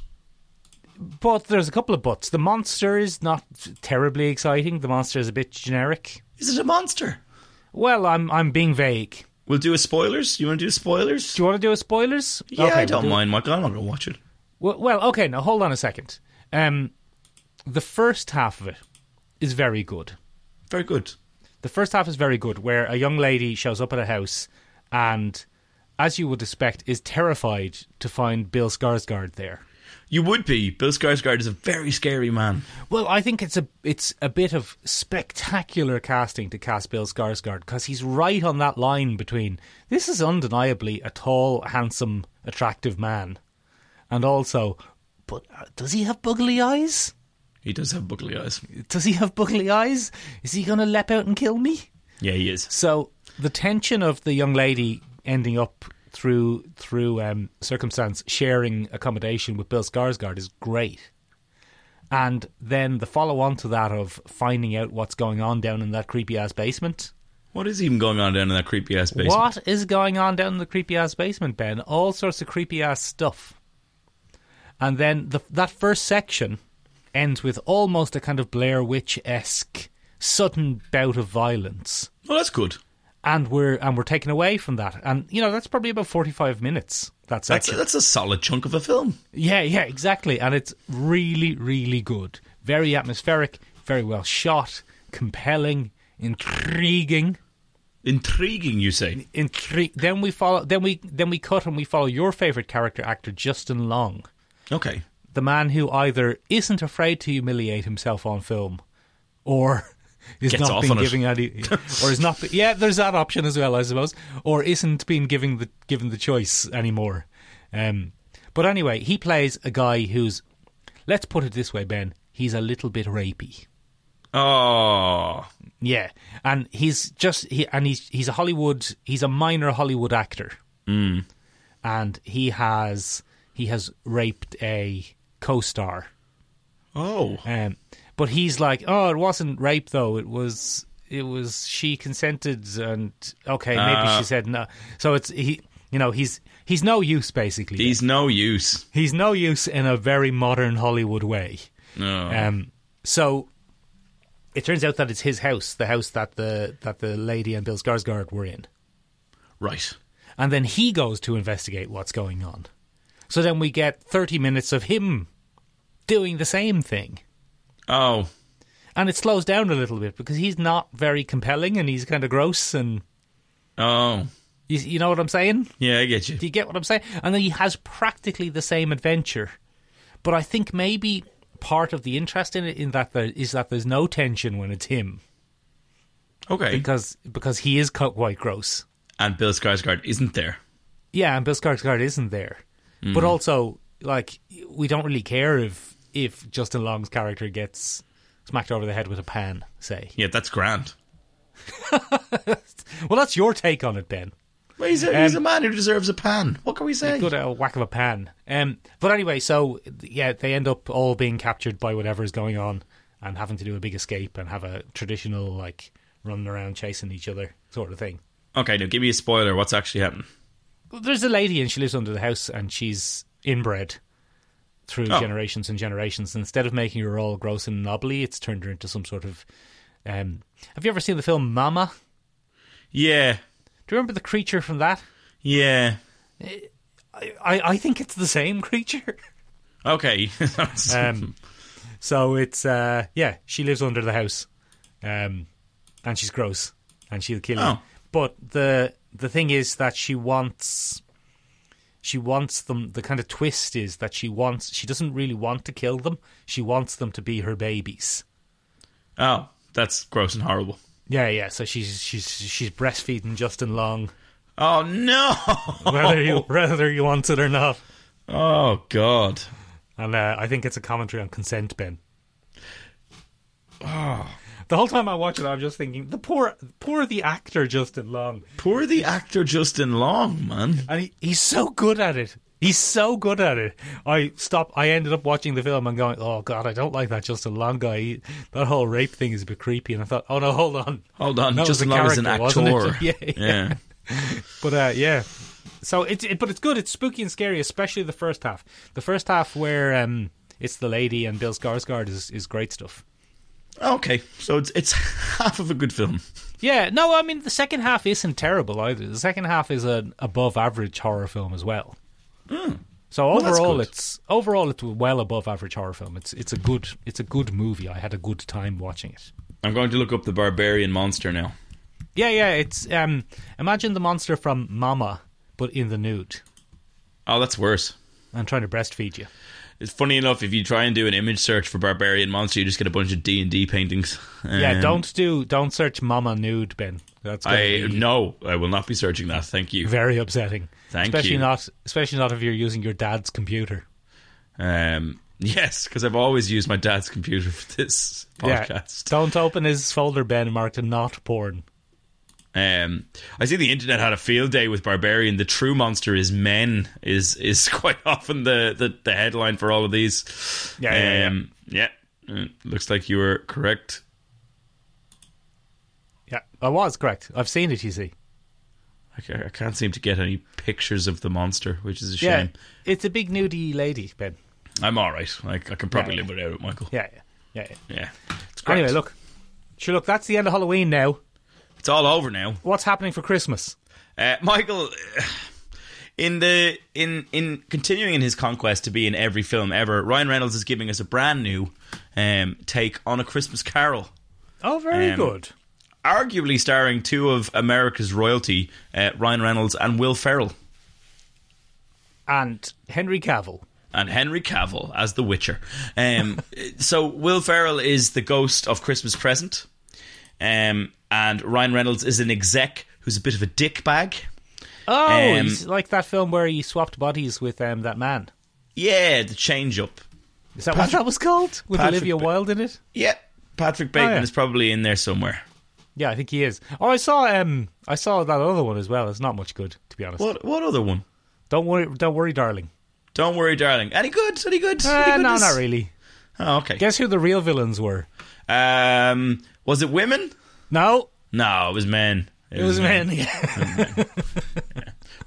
[SPEAKER 6] but there's a couple of buts. The monster is not terribly exciting. The monster is a bit generic.
[SPEAKER 2] is it a monster?
[SPEAKER 6] Well, I'm I'm being vague.
[SPEAKER 2] We'll do a spoilers. You want to do spoilers?
[SPEAKER 6] Do you want to do a spoilers?
[SPEAKER 2] yeah,
[SPEAKER 6] Okay,
[SPEAKER 2] I
[SPEAKER 6] we'll
[SPEAKER 2] don't
[SPEAKER 6] do it.
[SPEAKER 2] mind, Michael. I'm not going to watch it.
[SPEAKER 6] Well, well, okay. Now hold on a second. Um, the first half of it is very good.
[SPEAKER 2] Very good.
[SPEAKER 6] The first half is very good, where a young lady shows up at a house and, as you would expect, is terrified to find Bill Skarsgård there.
[SPEAKER 2] You would be. Bill Skarsgård is a very scary man.
[SPEAKER 6] Well, I think it's a it's a bit of spectacular casting to cast Bill Skarsgård because he's right on that line between this is undeniably a tall, handsome, attractive man, and also, but uh, does he have buggly eyes?
[SPEAKER 2] He does have buggly eyes.
[SPEAKER 6] Does he have buggly eyes? Is he going to lep out and kill me?
[SPEAKER 2] Yeah, he is.
[SPEAKER 6] So the tension of the young lady ending up through through um, circumstance sharing accommodation with Bill Skarsgård is great, and then the follow on to that of finding out what's going on down in that creepy ass basement.
[SPEAKER 2] What is even going on down in that creepy ass basement?
[SPEAKER 6] What is going on down in the creepy ass basement, Ben? All sorts of creepy ass stuff. And then the, that first section ends with almost a kind of Blair Witch esque sudden bout of violence
[SPEAKER 2] Well, that's good.
[SPEAKER 6] and we're and we're taken away from that. And you know, that's probably about forty five minutes. That
[SPEAKER 2] That's
[SPEAKER 6] section.
[SPEAKER 2] that's a solid chunk of a film.
[SPEAKER 6] yeah, yeah, exactly. And it's really, really good. Very atmospheric, very well shot, compelling, intriguing.
[SPEAKER 2] Intriguing, you say?
[SPEAKER 6] Intri- then we follow then we then we cut and we follow your favourite character actor, Justin Long.
[SPEAKER 2] Okay.
[SPEAKER 6] The man who either isn't afraid to humiliate himself on film or is
[SPEAKER 2] Gets
[SPEAKER 6] not
[SPEAKER 2] off
[SPEAKER 6] been
[SPEAKER 2] on it.
[SPEAKER 6] giving any or is not yeah, there's that option as well, I suppose. Or isn't being given the given the choice anymore. Um, but anyway, he plays a guy who's let's put it this way, Ben, he's a little bit rapey.
[SPEAKER 2] Oh,
[SPEAKER 6] Yeah, and he's just he and he's he's a Hollywood he's a minor Hollywood actor,
[SPEAKER 2] Mm.
[SPEAKER 6] and he has he has raped a co-star,
[SPEAKER 2] oh,
[SPEAKER 6] um, but he's like, oh, it wasn't rape though, it was it was she consented, and okay, maybe
[SPEAKER 2] Ah.
[SPEAKER 6] she said no, so it's he you know he's he's no use basically,
[SPEAKER 2] he's no use.
[SPEAKER 6] he's no use in a very modern Hollywood way.
[SPEAKER 2] No.
[SPEAKER 6] Um, so it turns out that it's his house, the house that the that the lady and Bill Skarsgård were in,
[SPEAKER 2] right.
[SPEAKER 6] and then he goes to investigate what's going on. So then we get thirty minutes of him doing the same thing,
[SPEAKER 2] Oh,
[SPEAKER 6] and it slows down a little bit because he's not very compelling and he's kind of gross and
[SPEAKER 2] Oh,
[SPEAKER 6] You, you know what I'm saying?
[SPEAKER 2] yeah, I get you.
[SPEAKER 6] Do you get what I'm saying? And then he has practically the same adventure, but I think maybe part of the interest in it in that there is that there's no tension when it's him
[SPEAKER 2] Okay.
[SPEAKER 6] because because he is cut quite gross.
[SPEAKER 2] and Bill Skarsgård isn't there.
[SPEAKER 6] Yeah, and Bill Skarsgård isn't there, but also like we don't really care if if Justin Long's character gets smacked over the head with a pan, say.
[SPEAKER 2] Yeah, that's grand.
[SPEAKER 6] Well, that's your take on it, Ben.
[SPEAKER 2] Well, he's, a, he's a man who deserves a pan. What can we say?
[SPEAKER 6] Good uh, whack of a pan. Um, but anyway, so yeah, they end up all being captured by whatever is going on and having to do a big escape and have a traditional like running around chasing each other sort of thing.
[SPEAKER 2] Okay, now give me a spoiler. What's actually happened?
[SPEAKER 6] There's a lady and she lives under the house and she's inbred through
[SPEAKER 2] Oh.
[SPEAKER 6] generations and generations. Instead of making her all gross and knobbly, it's turned her into some sort of. Um, have you ever seen the film Mama?
[SPEAKER 2] Yeah,
[SPEAKER 6] Do you remember the creature from that?
[SPEAKER 2] yeah.
[SPEAKER 6] I, I think it's the same creature.
[SPEAKER 2] Okay. Uh,
[SPEAKER 6] Um, so it's uh, yeah, she lives under the house, um, and she's gross, and she'll kill you.
[SPEAKER 2] Oh.
[SPEAKER 6] But the the thing is that she wants, she wants them. The kind of twist is that she wants. She doesn't really want to kill them. She wants them to be her babies.
[SPEAKER 2] oh, that's gross and horrible.
[SPEAKER 6] Yeah, yeah. So she's she's she's breastfeeding Justin Long,
[SPEAKER 2] Oh no!
[SPEAKER 6] whether you whether you want it or not.
[SPEAKER 2] Oh god!
[SPEAKER 6] And uh, I think it's a commentary on consent, Ben.
[SPEAKER 2] Ah.
[SPEAKER 6] The whole time I watch it, I'm just thinking the poor, poor the actor Justin Long,
[SPEAKER 2] Poor the actor Justin Long, man.
[SPEAKER 6] and he, he's so good at it. He's so good at it. I stop. I ended up watching the film and going, "Oh God, I don't like that Justin Long guy. He, that whole rape thing is a bit creepy." And I thought, "Oh no, hold on."
[SPEAKER 2] Hold on,
[SPEAKER 6] That was
[SPEAKER 2] Justin
[SPEAKER 6] the
[SPEAKER 2] Long is an
[SPEAKER 6] character, wasn't it?
[SPEAKER 2] actor.
[SPEAKER 6] Yeah, yeah. But uh, yeah, so it's it, but it's good. It's spooky and scary, especially the first half. The first half where um, it's the lady and Bill Skarsgård is is great stuff.
[SPEAKER 2] Okay, so it's it's half of a good film.
[SPEAKER 6] Yeah, no, I mean the second half isn't terrible either. The second half is an above average horror film as well. So
[SPEAKER 2] Hmm. that's
[SPEAKER 6] overall,
[SPEAKER 2] good.
[SPEAKER 6] it's overall it's a well above average horror film. It's it's a good it's a good movie. I had a good time watching it.
[SPEAKER 2] I'm going to look up the barbarian monster now.
[SPEAKER 6] Yeah, yeah. It's um, imagine the monster from Mama, but in the nude
[SPEAKER 2] Oh, that's worse.
[SPEAKER 6] and trying to breastfeed you.
[SPEAKER 2] It's funny enough if you try and do an image search for barbarian monster, you just get a bunch of D and D paintings.
[SPEAKER 6] Yeah,
[SPEAKER 2] Um,
[SPEAKER 6] don't do don't search Mama nude, Ben. That's gonna
[SPEAKER 2] I
[SPEAKER 6] be
[SPEAKER 2] no, I will not be searching that. Thank you.
[SPEAKER 6] very upsetting.
[SPEAKER 2] Thank
[SPEAKER 6] especially
[SPEAKER 2] you.
[SPEAKER 6] not especially not if you're using your dad's computer.
[SPEAKER 2] Um, yes, because I've always used my dad's computer for this podcast.
[SPEAKER 6] Yeah, don't open his folder, Ben, marked not porn.
[SPEAKER 2] Um, I see the internet had a field day with barbarian. The true monster is men. Is is quite often the the, the headline for all of these.
[SPEAKER 6] Yeah, yeah, yeah.
[SPEAKER 2] um, yeah. Uh, Looks like you were correct.
[SPEAKER 6] Yeah, I was correct. I've seen it. You see,
[SPEAKER 2] I ca- I can't seem to get any pictures of the monster, which is a
[SPEAKER 6] yeah,
[SPEAKER 2] shame.
[SPEAKER 6] it's a big nudie lady, Ben.
[SPEAKER 2] I'm all right. I, I can probably
[SPEAKER 6] Yeah.
[SPEAKER 2] live without it, Michael.
[SPEAKER 6] Yeah, yeah, yeah. yeah.
[SPEAKER 2] Yeah. It's great.
[SPEAKER 6] Anyway, look, sure, look, that's the end of Halloween now.
[SPEAKER 2] It's all over now.
[SPEAKER 6] What's happening for Christmas?
[SPEAKER 2] Uh, Michael, in the in in continuing in his conquest to be in every film ever, Ryan Reynolds is giving us a brand new um, take on a Christmas Carol,
[SPEAKER 6] Oh, very
[SPEAKER 2] Um,
[SPEAKER 6] good.
[SPEAKER 2] arguably starring two of America's royalty, uh, Ryan Reynolds and Will Ferrell,
[SPEAKER 6] And Henry Cavill.
[SPEAKER 2] and Henry Cavill as The Witcher. Um, so Will Ferrell is the ghost of Christmas Present, um, and Ryan Reynolds is an exec who's a bit of a dick bag.
[SPEAKER 6] Oh,
[SPEAKER 2] Um,
[SPEAKER 6] he's like that film where he swapped bodies with um, that man.
[SPEAKER 2] Yeah, the change up.
[SPEAKER 6] Is that what that was called? With
[SPEAKER 2] Patrick
[SPEAKER 6] Olivia
[SPEAKER 2] Ba-
[SPEAKER 6] Wilde in it?
[SPEAKER 2] Yeah, Patrick Bateman
[SPEAKER 6] yeah.
[SPEAKER 2] is probably in there somewhere.
[SPEAKER 6] Yeah, I think he is. Oh, I saw um, I saw that other one as well. It's not much good, to be honest.
[SPEAKER 2] What what other one?
[SPEAKER 6] Don't worry, don't worry, darling.
[SPEAKER 2] Don't worry, darling. Any good? Any good? Any
[SPEAKER 6] Eh, no,
[SPEAKER 2] goodness?
[SPEAKER 6] not really.
[SPEAKER 2] Oh, okay.
[SPEAKER 6] Guess who the real villains were?
[SPEAKER 2] Um, was it women?
[SPEAKER 6] No,
[SPEAKER 2] No, it was men.
[SPEAKER 6] it was men. Yeah.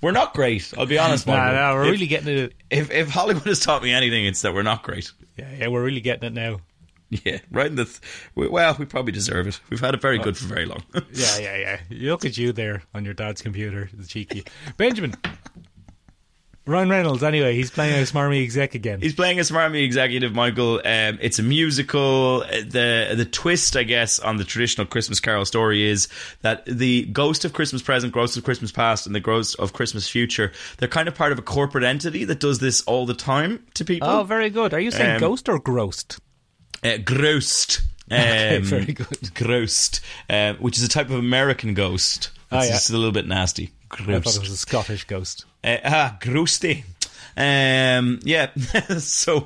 [SPEAKER 2] We're not great. I'll be honest.
[SPEAKER 6] Nah,
[SPEAKER 2] Michael.
[SPEAKER 6] nah, we're
[SPEAKER 2] if,
[SPEAKER 6] really getting it.
[SPEAKER 2] if if Hollywood has taught me anything, it's that we're not great.
[SPEAKER 6] Yeah, yeah, we're really getting it now.
[SPEAKER 2] Yeah, right. In the th- we, well, we probably deserve it. We've had it very good for very long.
[SPEAKER 6] Yeah, yeah, yeah. You look at you there on your dad's computer, the cheeky Benjamin. Ryan Reynolds, anyway, he's playing a smarmy exec again.
[SPEAKER 2] He's playing a smarmy executive, Michael. Um, it's a musical. the The twist, I guess, on the traditional Christmas Carol story is that the ghost of Christmas present, ghost of Christmas past, and the ghost of Christmas future they're kind of part of a corporate entity that does this all the time to people.
[SPEAKER 6] oh, very good. Are you saying
[SPEAKER 2] Um,
[SPEAKER 6] ghost or grossed?
[SPEAKER 2] uh, grossed. Um,
[SPEAKER 6] Okay, very good.
[SPEAKER 2] Grossed, uh, which is a type of American ghost.
[SPEAKER 6] Ah,
[SPEAKER 2] It's
[SPEAKER 6] yeah.
[SPEAKER 2] just a little bit nasty.
[SPEAKER 6] I thought it
[SPEAKER 2] Grossed.
[SPEAKER 6] was a Scottish ghost.
[SPEAKER 2] Uh, ah, grossy. Um, yeah, so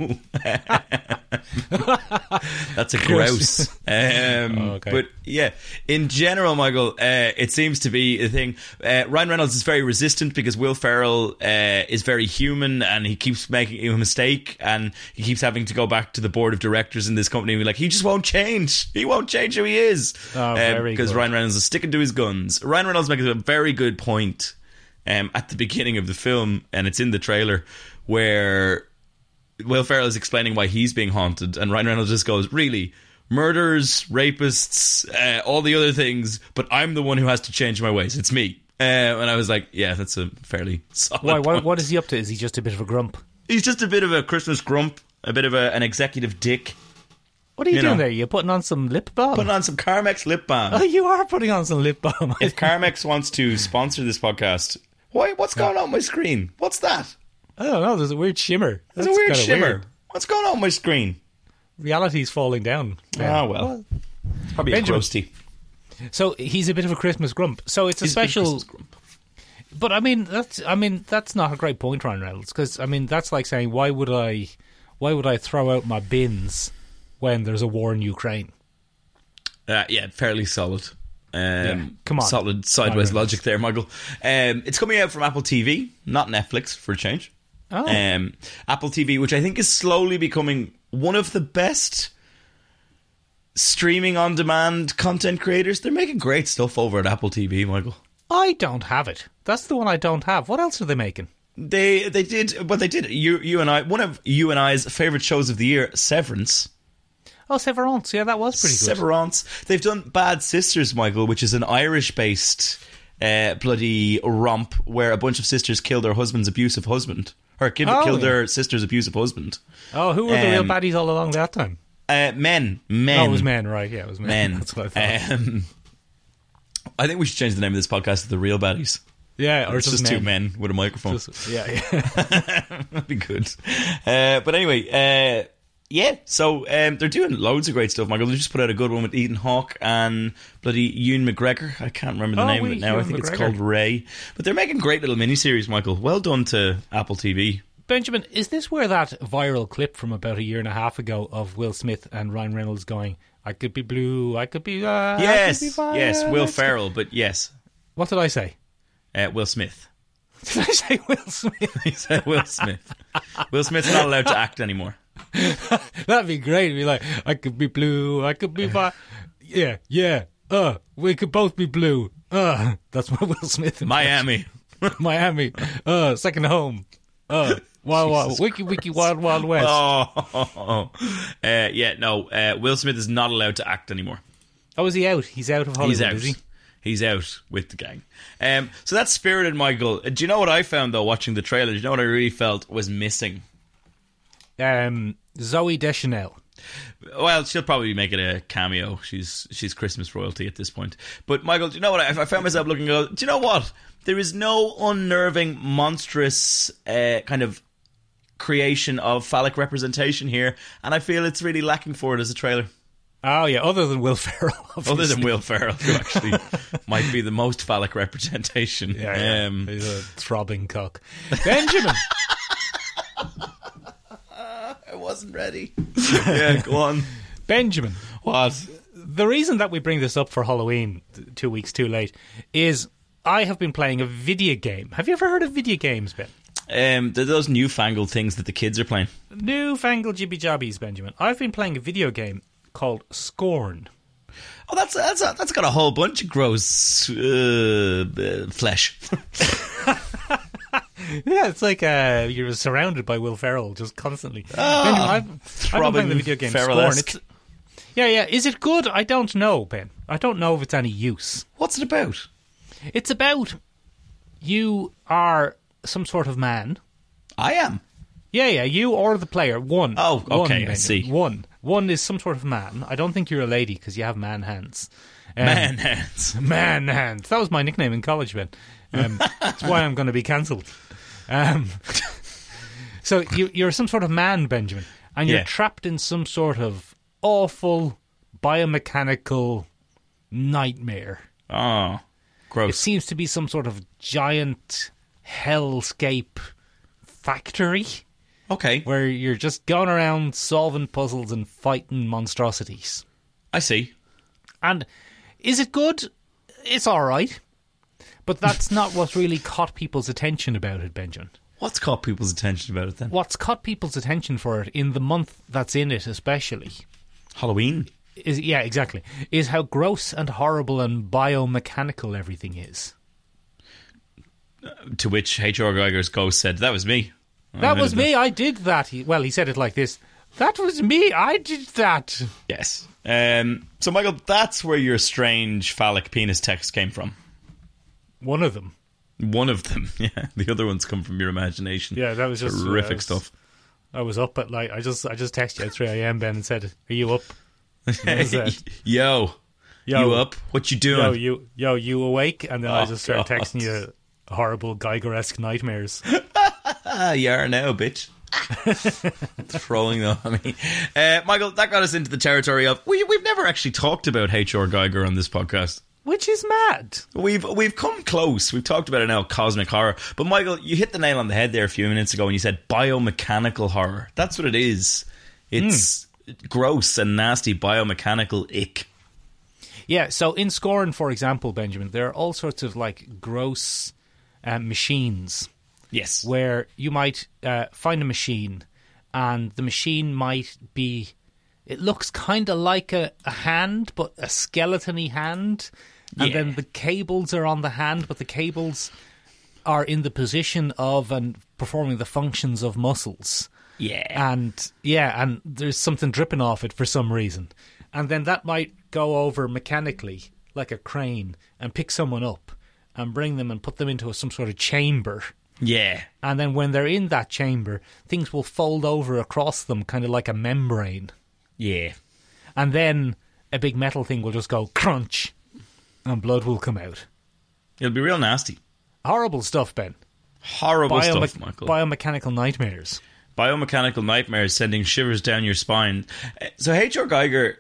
[SPEAKER 2] that's a gross. Um,
[SPEAKER 6] Oh, okay.
[SPEAKER 2] But yeah, in general, Michael, uh, it seems to be a thing. Uh, Ryan Reynolds is very resistant because Will Ferrell uh, is very human and he keeps making a mistake and he keeps having to go back to the board of directors in this company and be like, he just won't change. He won't change who he is.
[SPEAKER 6] Oh,
[SPEAKER 2] Um,
[SPEAKER 6] very
[SPEAKER 2] because
[SPEAKER 6] good.
[SPEAKER 2] Ryan Reynolds is sticking to his guns. Ryan Reynolds makes a very good point um, at the beginning of the film, and it's in the trailer where Will Ferrell is explaining why he's being haunted, and Ryan Reynolds just goes, "Really." Murders, rapists, uh, all the other things, but I'm the one who has to change my ways. It's me. Uh, and I was like, yeah, that's a fairly solid.
[SPEAKER 6] Why? What,
[SPEAKER 2] point.
[SPEAKER 6] what is he up to? Is he just a bit of a grump?
[SPEAKER 2] He's just a bit of a Christmas grump, a bit of a, an executive dick.
[SPEAKER 6] What are you,
[SPEAKER 2] You
[SPEAKER 6] doing
[SPEAKER 2] know. uh,
[SPEAKER 6] there? You're putting on some lip balm.
[SPEAKER 2] Putting on some Carmex lip balm.
[SPEAKER 6] oh, you are putting on some lip balm.
[SPEAKER 2] if Carmex wants to sponsor this podcast, why? What's going on my screen? What's that?
[SPEAKER 6] I don't know. There's a weird shimmer.
[SPEAKER 2] There's
[SPEAKER 6] That's
[SPEAKER 2] a weird
[SPEAKER 6] kinda
[SPEAKER 2] shimmer.
[SPEAKER 6] Weird.
[SPEAKER 2] What's going on my screen?
[SPEAKER 6] Reality's falling down.
[SPEAKER 2] Ah, well. It's probably
[SPEAKER 6] Benjamin.
[SPEAKER 2] a crusty.
[SPEAKER 6] So he's a bit of a Christmas grump. So it's a
[SPEAKER 2] He's a big
[SPEAKER 6] special.
[SPEAKER 2] Christmas grump.
[SPEAKER 6] But I mean, that's I mean that's not a great point, Ryan Reynolds, because I mean that's like saying why would I, why would I throw out my bins when there's a war in Ukraine?
[SPEAKER 2] Uh, yeah, fairly solid. Um,
[SPEAKER 6] come on.
[SPEAKER 2] Solid
[SPEAKER 6] Migrants.
[SPEAKER 2] sideways logic there, Michael. Um, it's coming out from Apple TV, not Netflix for a change.
[SPEAKER 6] Oh.
[SPEAKER 2] Um, Apple TV, which I think is slowly becoming one of the best streaming on demand content creators. They're making great stuff over at Apple TV, Michael.
[SPEAKER 6] I don't have it. That's the one I don't have. What else are they making?
[SPEAKER 2] They they did but they did you you and I one of you and I's favorite shows of the year Severance
[SPEAKER 6] Oh, Severance. Yeah, that was pretty good.
[SPEAKER 2] Severance they've done Bad Sisters Michael which is an Irish based uh, bloody romp where a bunch of sisters kill their husband's abusive husband or kill,
[SPEAKER 6] Oh,
[SPEAKER 2] kill
[SPEAKER 6] yeah.
[SPEAKER 2] their sister's abusive husband
[SPEAKER 6] oh, who were the real
[SPEAKER 2] Um,
[SPEAKER 6] baddies all along that time?
[SPEAKER 2] uh, men men
[SPEAKER 6] oh, it was men, right? Yeah, it was men.
[SPEAKER 2] men
[SPEAKER 6] That's what I thought.
[SPEAKER 2] Um, I think we should change the name of this podcast to the Real Baddies
[SPEAKER 6] yeah, or
[SPEAKER 2] it's just two men with a microphone
[SPEAKER 6] Just- yeah, yeah.
[SPEAKER 2] That'd be good. Uh, but anyway, uh, yeah. So um, they're doing loads of great stuff, Michael. They just put out a good one with Ethan Hawke and bloody Ewan McGregor. I can't remember the
[SPEAKER 6] Oh,
[SPEAKER 2] name of
[SPEAKER 6] wee
[SPEAKER 2] it now. I
[SPEAKER 6] Ewan
[SPEAKER 2] think it's
[SPEAKER 6] McGregor.
[SPEAKER 2] called Ray. But they're making great little miniseries, Michael. Well done to Apple TV.
[SPEAKER 6] Benjamin, is this where that viral clip from about a year and a half ago of Will Smith and Ryan Reynolds going, "I could be blue, I could be uh,
[SPEAKER 2] Yes,
[SPEAKER 6] I could be
[SPEAKER 2] yes. Will
[SPEAKER 6] violet."
[SPEAKER 2] Ferrell, but yes,
[SPEAKER 6] What did I say?
[SPEAKER 2] uh, Will Smith.
[SPEAKER 6] Did I say Will Smith?
[SPEAKER 2] He said Will Smith. Will Smith's not allowed to act anymore.
[SPEAKER 6] That'd be great. Be like, I could be blue, I could be vi- Yeah, yeah. Uh, we could both be blue. Uh, that's my Will Smith.
[SPEAKER 2] Miami.
[SPEAKER 6] Miami. Uh, second home. Uh, wild, wild, wiki, wiki, wild, wild west.
[SPEAKER 2] Oh, uh, yeah. No, uh, Will Smith is not allowed to act anymore.
[SPEAKER 6] Oh, is he out? He's out of Hollywood,
[SPEAKER 2] He's out.
[SPEAKER 6] is he?
[SPEAKER 2] He's out with the gang. Um, so that's Spirited Michael. Uh, Do you know what I found though watching the trailer? Do you know what I really felt was missing?
[SPEAKER 6] Um, Zoe Deschanel.
[SPEAKER 2] Well, she'll probably make it a cameo. She's she's Christmas royalty at this point. But Michael, do you know what I, I found myself looking? and Go, do you know what? There is no unnerving, monstrous uh, kind of creation of phallic representation here, and I feel it's really lacking for it as a trailer.
[SPEAKER 6] Oh yeah, other than Will Ferrell.
[SPEAKER 2] Other
[SPEAKER 6] Obviously.
[SPEAKER 2] than Will Ferrell, who actually might be the most phallic representation.
[SPEAKER 6] yeah, yeah.
[SPEAKER 2] Um,
[SPEAKER 6] he's a throbbing cock. Benjamin,
[SPEAKER 2] I wasn't ready. yeah, go on.
[SPEAKER 6] Benjamin.
[SPEAKER 2] What?
[SPEAKER 6] The reason that we bring this up for Halloween, t- two weeks too late, is I have been playing a video game. Have you ever heard of video games, Ben?
[SPEAKER 2] Um, they're those newfangled things that the kids are playing.
[SPEAKER 6] Newfangled jibby jobbies, Benjamin. I've been playing a video game called Scorn.
[SPEAKER 2] Oh, that's that's that's got a whole bunch of gross uh, uh, flesh.
[SPEAKER 6] Yeah, it's like uh, you're surrounded by Will Ferrell just constantly. Benjamin, I've, I've been playing the
[SPEAKER 2] throbbing
[SPEAKER 6] video game Scorn.
[SPEAKER 2] Ferrell-esque.
[SPEAKER 6] It's, yeah, yeah. Is it good? I don't know, Ben. I don't know if it's any use.
[SPEAKER 2] What's it about?
[SPEAKER 6] It's about you are some sort of man
[SPEAKER 2] I am.
[SPEAKER 6] Yeah, yeah, you or the player. One.
[SPEAKER 2] Oh,
[SPEAKER 6] One,
[SPEAKER 2] okay, I
[SPEAKER 6] Brendan.
[SPEAKER 2] see.
[SPEAKER 6] One. One is some sort of man. I don't think you're a lady because you have man hands. Um,
[SPEAKER 2] Man hands.
[SPEAKER 6] Man hands. That was my nickname in college, Ben. Um, that's why I'm going to be cancelled. Um, so you, you're some sort of man, Benjamin, and you're
[SPEAKER 2] Yeah.
[SPEAKER 6] trapped in some sort of awful biomechanical nightmare.
[SPEAKER 2] Oh,
[SPEAKER 6] It
[SPEAKER 2] gross.
[SPEAKER 6] seems to be some sort of giant hellscape factory
[SPEAKER 2] okay,
[SPEAKER 6] where you're just going around solving puzzles and fighting monstrosities.
[SPEAKER 2] I see.
[SPEAKER 6] And is it good? It's all right. But that's not what really caught people's attention about it, Benjamin.
[SPEAKER 2] What's caught people's attention about it then?
[SPEAKER 6] What's caught people's attention for it in the month that's in it, especially,
[SPEAKER 2] Halloween.
[SPEAKER 6] is yeah, exactly, is how gross and horrible and biomechanical everything is.
[SPEAKER 2] To which H.R. Geiger's ghost said, "That was me."
[SPEAKER 6] That
[SPEAKER 2] I
[SPEAKER 6] was
[SPEAKER 2] admit
[SPEAKER 6] me. I did that. He, well, he said it like this. That was me. I did that.
[SPEAKER 2] that. Yes. Um, so, Michael, that's where your strange phallic penis text came from.
[SPEAKER 6] One of them.
[SPEAKER 2] One of them. Yeah. The other ones come from your imagination.
[SPEAKER 6] Yeah, that was just uh,
[SPEAKER 2] Terrific
[SPEAKER 6] I was-
[SPEAKER 2] stuff.
[SPEAKER 6] I was up at like I just I just texted you at three a.m. Ben and said, "Are you up? was it.
[SPEAKER 2] Yo,
[SPEAKER 6] Yo,
[SPEAKER 2] you up? What you doing?
[SPEAKER 6] Yo, Oh, you yo, you awake?" And then I
[SPEAKER 2] Oh,
[SPEAKER 6] just started
[SPEAKER 2] God.
[SPEAKER 6] texting you horrible Geiger-esque nightmares.
[SPEAKER 2] Ah, you are now, bitch. Throwing them at me. Uh, Michael, that got us into the territory of we, we've never actually talked about H.R. Geiger on this podcast.
[SPEAKER 6] Which is mad.
[SPEAKER 2] We've we've come close. We've talked about it now, cosmic horror. But Michael, you hit the nail on the head there a few minutes ago when you said biomechanical horror. That's what it is. It's
[SPEAKER 6] Hmm.
[SPEAKER 2] gross and nasty biomechanical ick.
[SPEAKER 6] Yeah, so in Scorn, for example, Benjamin, there are all sorts of like gross uh, machines
[SPEAKER 2] Yes.
[SPEAKER 6] where you might uh, find a machine and the machine might be it looks kind of like a, a hand but a skeletony hand and
[SPEAKER 2] Yeah.
[SPEAKER 6] then the cables are on the hand but the cables are in the position of and performing the functions of muscles
[SPEAKER 2] Yeah.
[SPEAKER 6] and yeah, and there's something dripping off it for some reason, and then that might go over mechanically like a crane and pick someone up and bring them and put them into some sort of chamber.
[SPEAKER 2] yeah.
[SPEAKER 6] And then when they're in that chamber, things will fold over across them, kind of like a membrane.
[SPEAKER 2] Yeah.
[SPEAKER 6] And then a big metal thing will just go crunch, and blood will come out.
[SPEAKER 2] It'll be real nasty.
[SPEAKER 6] Horrible stuff, Ben.
[SPEAKER 2] Horrible
[SPEAKER 6] Biome-
[SPEAKER 2] stuff, Michael.
[SPEAKER 6] biomechanical nightmares.
[SPEAKER 2] biomechanical nightmares sending shivers down your spine. Uh, So H.R. Geiger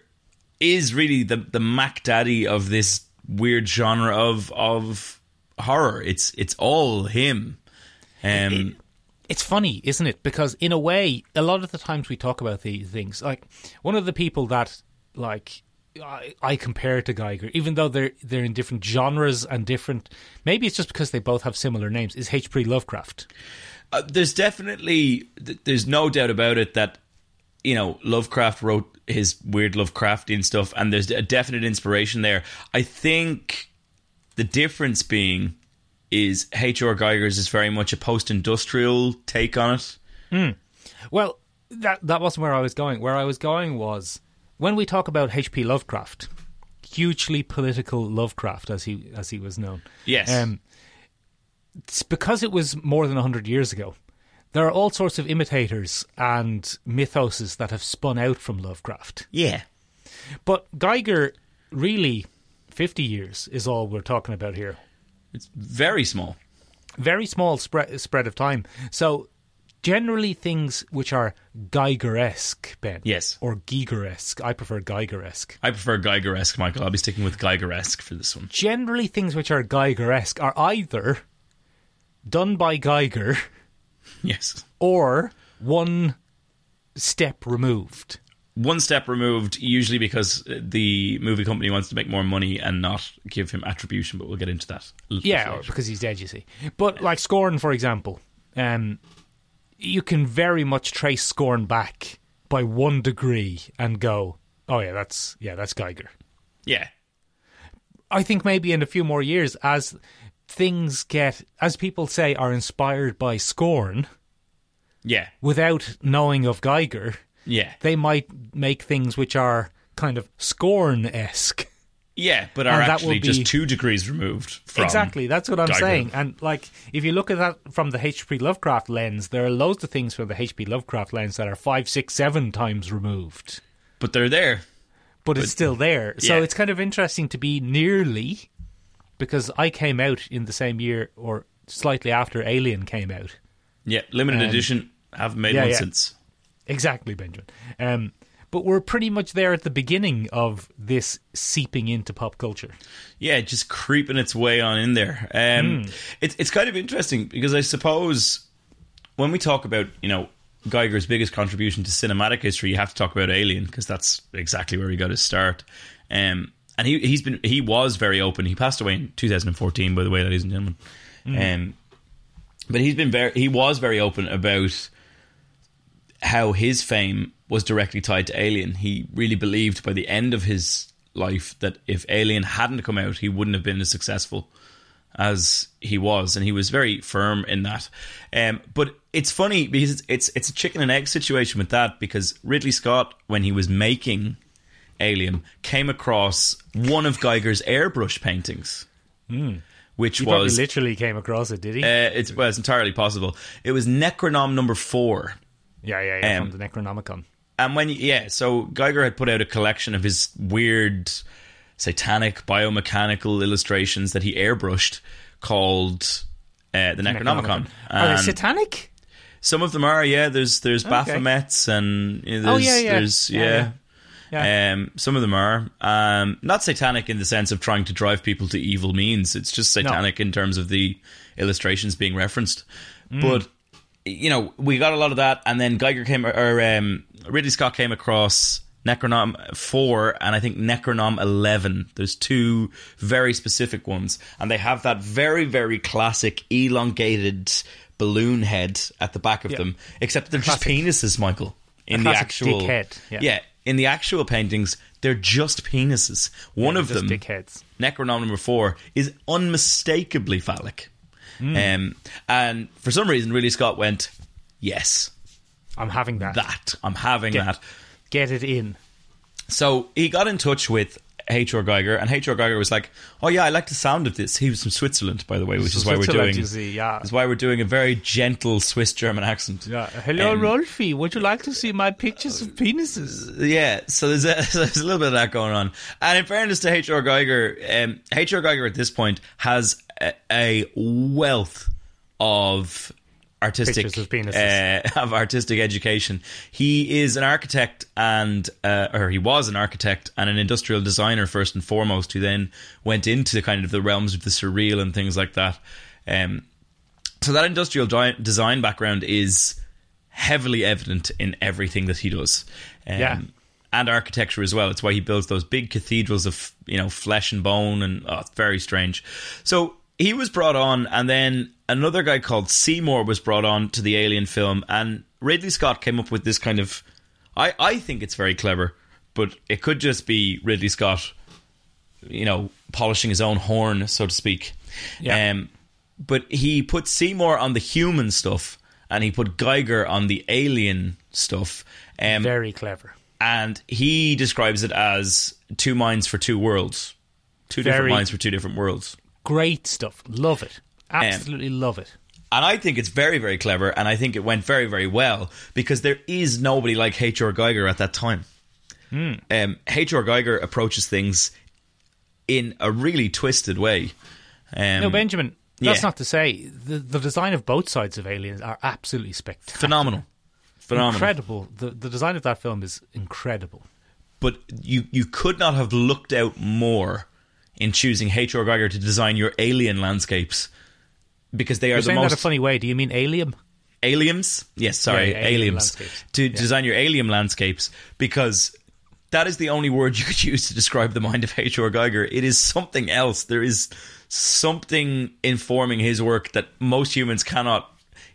[SPEAKER 2] is really the the Mac Daddy of this weird genre of of horror. It's it's all him. Um,
[SPEAKER 6] it's funny, isn't it? Because in a way, a lot of the times we talk about these things, like one of the people that like I, I compare to Geiger, even though they're they're in different genres and different, maybe it's just because they both have similar names. Is H.P. Lovecraft?
[SPEAKER 2] uh, there's definitely th- there's no doubt about it that you know Lovecraft wrote his weird Lovecraftian stuff, and there's a definite inspiration there. I think the difference being is H.R. Geiger's is very much a post-industrial take on it.
[SPEAKER 6] Well, that that wasn't where I was going. Where I was going was when we talk about H.P. Lovecraft, hugely political Lovecraft, as he as he was known.
[SPEAKER 2] Yes.
[SPEAKER 6] it's because it was more than 100 years ago, there are all sorts of imitators and mythoses that have spun out from Lovecraft.
[SPEAKER 2] Yeah.
[SPEAKER 6] But Geiger, really, 50 years is all we're talking about here.
[SPEAKER 2] It's very small.
[SPEAKER 6] Very small spread spread of time. So, generally, things which are Geiger esque, Ben.
[SPEAKER 2] Yes.
[SPEAKER 6] Or Geiger esque. I prefer Geiger esque.
[SPEAKER 2] I prefer Geiger-esque, Michael. I'll be sticking with Geiger-esque for this one.
[SPEAKER 6] Generally, things which are Geiger esque are either done by Geiger.
[SPEAKER 2] Yes.
[SPEAKER 6] or one step removed.
[SPEAKER 2] One step removed, usually because uh, the movie company wants to make more money and not give him attribution, but we'll get into that. a little bit
[SPEAKER 6] Yeah,
[SPEAKER 2] later.
[SPEAKER 6] because he's dead, you see. But like Scorn, for example, um, you can very much trace Scorn back by one degree and go, oh yeah, that's yeah, that's Geiger.
[SPEAKER 2] Yeah.
[SPEAKER 6] I think maybe in a few more years, as things get, as people say, are inspired by Scorn
[SPEAKER 2] Yeah.
[SPEAKER 6] without knowing of Geiger,
[SPEAKER 2] Yeah.
[SPEAKER 6] they might make things which are kind of Scorn esque.
[SPEAKER 2] Yeah, but are
[SPEAKER 6] And that
[SPEAKER 2] actually
[SPEAKER 6] will be-
[SPEAKER 2] just two degrees removed from
[SPEAKER 6] exactly that's what i'm
[SPEAKER 2] Geiger.
[SPEAKER 6] saying and like if you look at that from the hp lovecraft lens there are loads of things from the hp lovecraft lens that are five six seven times removed
[SPEAKER 2] But they're there.
[SPEAKER 6] but, it's still there so
[SPEAKER 2] yeah.
[SPEAKER 6] it's kind of interesting to be nearly because i came out in the same year or slightly after alien came out
[SPEAKER 2] Yeah, limited
[SPEAKER 6] Um,
[SPEAKER 2] edition. Haven't made
[SPEAKER 6] yeah,
[SPEAKER 2] one
[SPEAKER 6] yeah.
[SPEAKER 2] since.
[SPEAKER 6] Exactly, Benjamin. Um, but we're pretty much there at the beginning of this seeping into pop culture.
[SPEAKER 2] Yeah, just creeping its way on in there.
[SPEAKER 6] Hmm.
[SPEAKER 2] Um, It's it's kind of interesting because I suppose when we talk about you know Geiger's biggest contribution to cinematic history, you have to talk about Alien because that's exactly where he got his start. Um, and he he's been he was very open. He passed away in 2014, by the way, ladies and gentlemen.
[SPEAKER 6] Mm.
[SPEAKER 2] Um, but he's been very he was very open about how his fame was directly tied to Alien. He really believed by the end of his life that if Alien hadn't come out, he wouldn't have been as successful as he was, and he was very firm in that. Um, but it's funny because it's, it's it's a chicken and egg situation with that because Ridley Scott, when he was making Alien, came across one of Geiger's airbrush paintings, which
[SPEAKER 6] Hmm. He probably
[SPEAKER 2] was
[SPEAKER 6] literally came across it, did he?
[SPEAKER 2] uh, it's well, it's entirely possible. It was Necronom number four.
[SPEAKER 6] yeah, yeah, yeah.
[SPEAKER 2] um,
[SPEAKER 6] from the Necronomicon.
[SPEAKER 2] And when yeah, so Geiger had put out a collection of his weird satanic biomechanical illustrations that he airbrushed called uh, the Necronomicon.
[SPEAKER 6] Are
[SPEAKER 2] And
[SPEAKER 6] Oh, they satanic?
[SPEAKER 2] some of them are yeah. There's there's Baphomets and you know,
[SPEAKER 6] Oh,
[SPEAKER 2] there's,
[SPEAKER 6] yeah, yeah.
[SPEAKER 2] there's
[SPEAKER 6] Yeah,
[SPEAKER 2] yeah.
[SPEAKER 6] yeah.
[SPEAKER 2] Um, some of them are um, not satanic in the sense of trying to drive people to evil means. It's just satanic in terms of the illustrations being referenced.
[SPEAKER 6] Mm.
[SPEAKER 2] But you know, we got a lot of that, and then Geiger came or um, Ridley Scott came across Necronom four and I think Necronom eleven. There's two very specific ones, and they have that very very classic elongated balloon head at the back of them, except they're just penises, Michael. In the
[SPEAKER 6] classic
[SPEAKER 2] actual
[SPEAKER 6] dick head, yeah.
[SPEAKER 2] in the actual paintings, they're just penises. One of
[SPEAKER 6] Just
[SPEAKER 2] them,
[SPEAKER 6] dickheads.
[SPEAKER 2] Necronom number four is unmistakably phallic.
[SPEAKER 6] Hmm.
[SPEAKER 2] Um, and for some reason, really, Scott went, Yes,
[SPEAKER 6] I'm having that.
[SPEAKER 2] that. I'm having
[SPEAKER 6] Yeah.
[SPEAKER 2] that.
[SPEAKER 6] Get it in.
[SPEAKER 2] So he got in touch with H.R. Geiger, and H.R. Geiger was like, Oh, yeah, I like the sound of this. He was from Switzerland, by the way, which
[SPEAKER 6] from
[SPEAKER 2] is why we're
[SPEAKER 6] Switzerland,
[SPEAKER 2] doing.
[SPEAKER 6] you see, yeah.
[SPEAKER 2] Is why we're doing a very gentle Swiss German accent.
[SPEAKER 6] Yeah. Hello,
[SPEAKER 2] Um,
[SPEAKER 6] Rolfi. Would you like to see my pictures of penises?
[SPEAKER 2] yeah, so there's a, so there's a little bit of that going on. And in fairness to H.R. Geiger, um, H.R. Geiger at this point has a, a wealth of artistic
[SPEAKER 6] Pictures of penises.
[SPEAKER 2] uh, of artistic education. He is an architect and uh, or he was an architect and an industrial designer first and foremost, who then went into kind of the realms of the surreal and things like that. Um, so that industrial di- design background is heavily evident in everything that he does. Um,
[SPEAKER 6] Yeah.
[SPEAKER 2] And architecture as well. It's why he builds those big cathedrals of you know flesh and bone, and oh, it's very strange. So he was brought on, and then another guy called Seymour was brought on to the Alien film, and Ridley Scott came up with this kind of. I I think it's very clever, but it could just be Ridley Scott, you know, polishing his own horn, so to speak.
[SPEAKER 6] Yeah.
[SPEAKER 2] Um, but he put Seymour on the human stuff and he put Geiger on the alien stuff. Um,
[SPEAKER 6] Very clever.
[SPEAKER 2] and he describes it as two minds for two worlds. Two different
[SPEAKER 6] Very-
[SPEAKER 2] minds for two different worlds.
[SPEAKER 6] Great stuff. Love it.
[SPEAKER 2] Um,
[SPEAKER 6] Absolutely love it.
[SPEAKER 2] And I think it's very, very clever. And I think it went very, very well because there is nobody like H.R. Geiger at that time.
[SPEAKER 6] Hmm.
[SPEAKER 2] Um, H.R. Geiger approaches things in a really twisted way. Um,
[SPEAKER 6] No, Benjamin, that's
[SPEAKER 2] yeah.
[SPEAKER 6] not to say the, the design of both sides of Aliens are absolutely spectacular.
[SPEAKER 2] Phenomenal. Phenomenal.
[SPEAKER 6] Incredible. The the design of that film is incredible.
[SPEAKER 2] but you you could not have looked out more in choosing H.R. Geiger to design your alien landscapes because they are
[SPEAKER 6] You're
[SPEAKER 2] the
[SPEAKER 6] saying that
[SPEAKER 2] most
[SPEAKER 6] in a funny way. Do you mean alien?
[SPEAKER 2] aliens. Yes, sorry,
[SPEAKER 6] Yeah, yeah, alien
[SPEAKER 2] aliens
[SPEAKER 6] landscapes.
[SPEAKER 2] to design your alien landscapes because that is the only word you could use to describe the mind of H.R. Geiger. It is something else. There is something informing his work that most humans cannot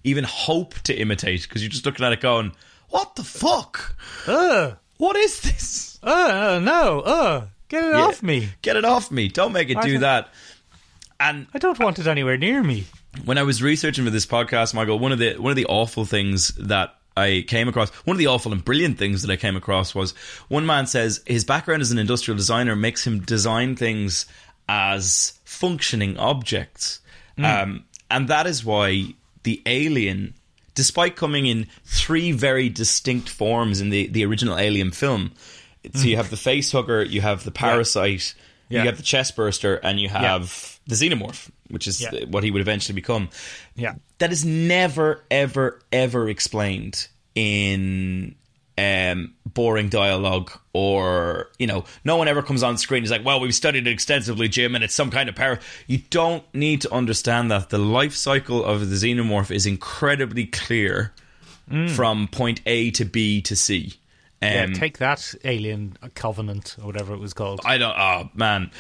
[SPEAKER 2] even hope to imitate because you're just looking at it going, "What the fuck?
[SPEAKER 6] Ugh.
[SPEAKER 2] What is this?"
[SPEAKER 6] Uh, no. Uh, get it
[SPEAKER 2] Yeah.
[SPEAKER 6] off me.
[SPEAKER 2] Get it off me. Don't make it
[SPEAKER 6] I
[SPEAKER 2] do
[SPEAKER 6] don't-
[SPEAKER 2] that. And
[SPEAKER 6] I don't want it anywhere near me.
[SPEAKER 2] when I was researching for this podcast, Michael, one of the one of the awful things that I came across. One of the awful and brilliant things that I came across was one man says his background as an industrial designer makes him design things as functioning objects.
[SPEAKER 6] Hmm.
[SPEAKER 2] Um, and that is why the alien, despite coming in three very distinct forms in the, the original alien film, so you have the face hugger, you have the parasite,
[SPEAKER 6] Hmm. Yeah.
[SPEAKER 2] you have the chest burster, and you have the xenomorph, which is
[SPEAKER 6] Yeah.
[SPEAKER 2] the- what he would eventually become
[SPEAKER 6] Yeah.
[SPEAKER 2] that is never ever ever explained in um, boring dialogue or you know no one ever comes on screen he's like well we've studied it extensively jim and it's some kind of power you don't need to understand that the life cycle of the xenomorph is incredibly clear from point a to b to c um,
[SPEAKER 6] Mm. Yeah, take that alien covenant or whatever it was called.
[SPEAKER 2] I don't. Oh man.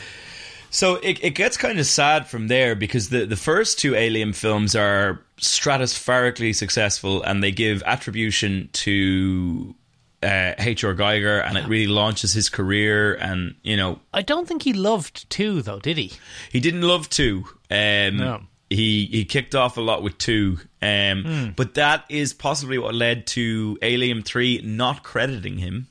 [SPEAKER 2] So it it gets kind of sad from there because the the first two Alien films are stratospherically successful and they give attribution to uh, H.R. Geiger and it really launches his career and you know
[SPEAKER 6] I don't think he loved two though, did he?
[SPEAKER 2] he didn't love two. Um,
[SPEAKER 6] No.
[SPEAKER 2] He he kicked off a lot with two, um, but that is possibly what led to Alien Three not crediting him.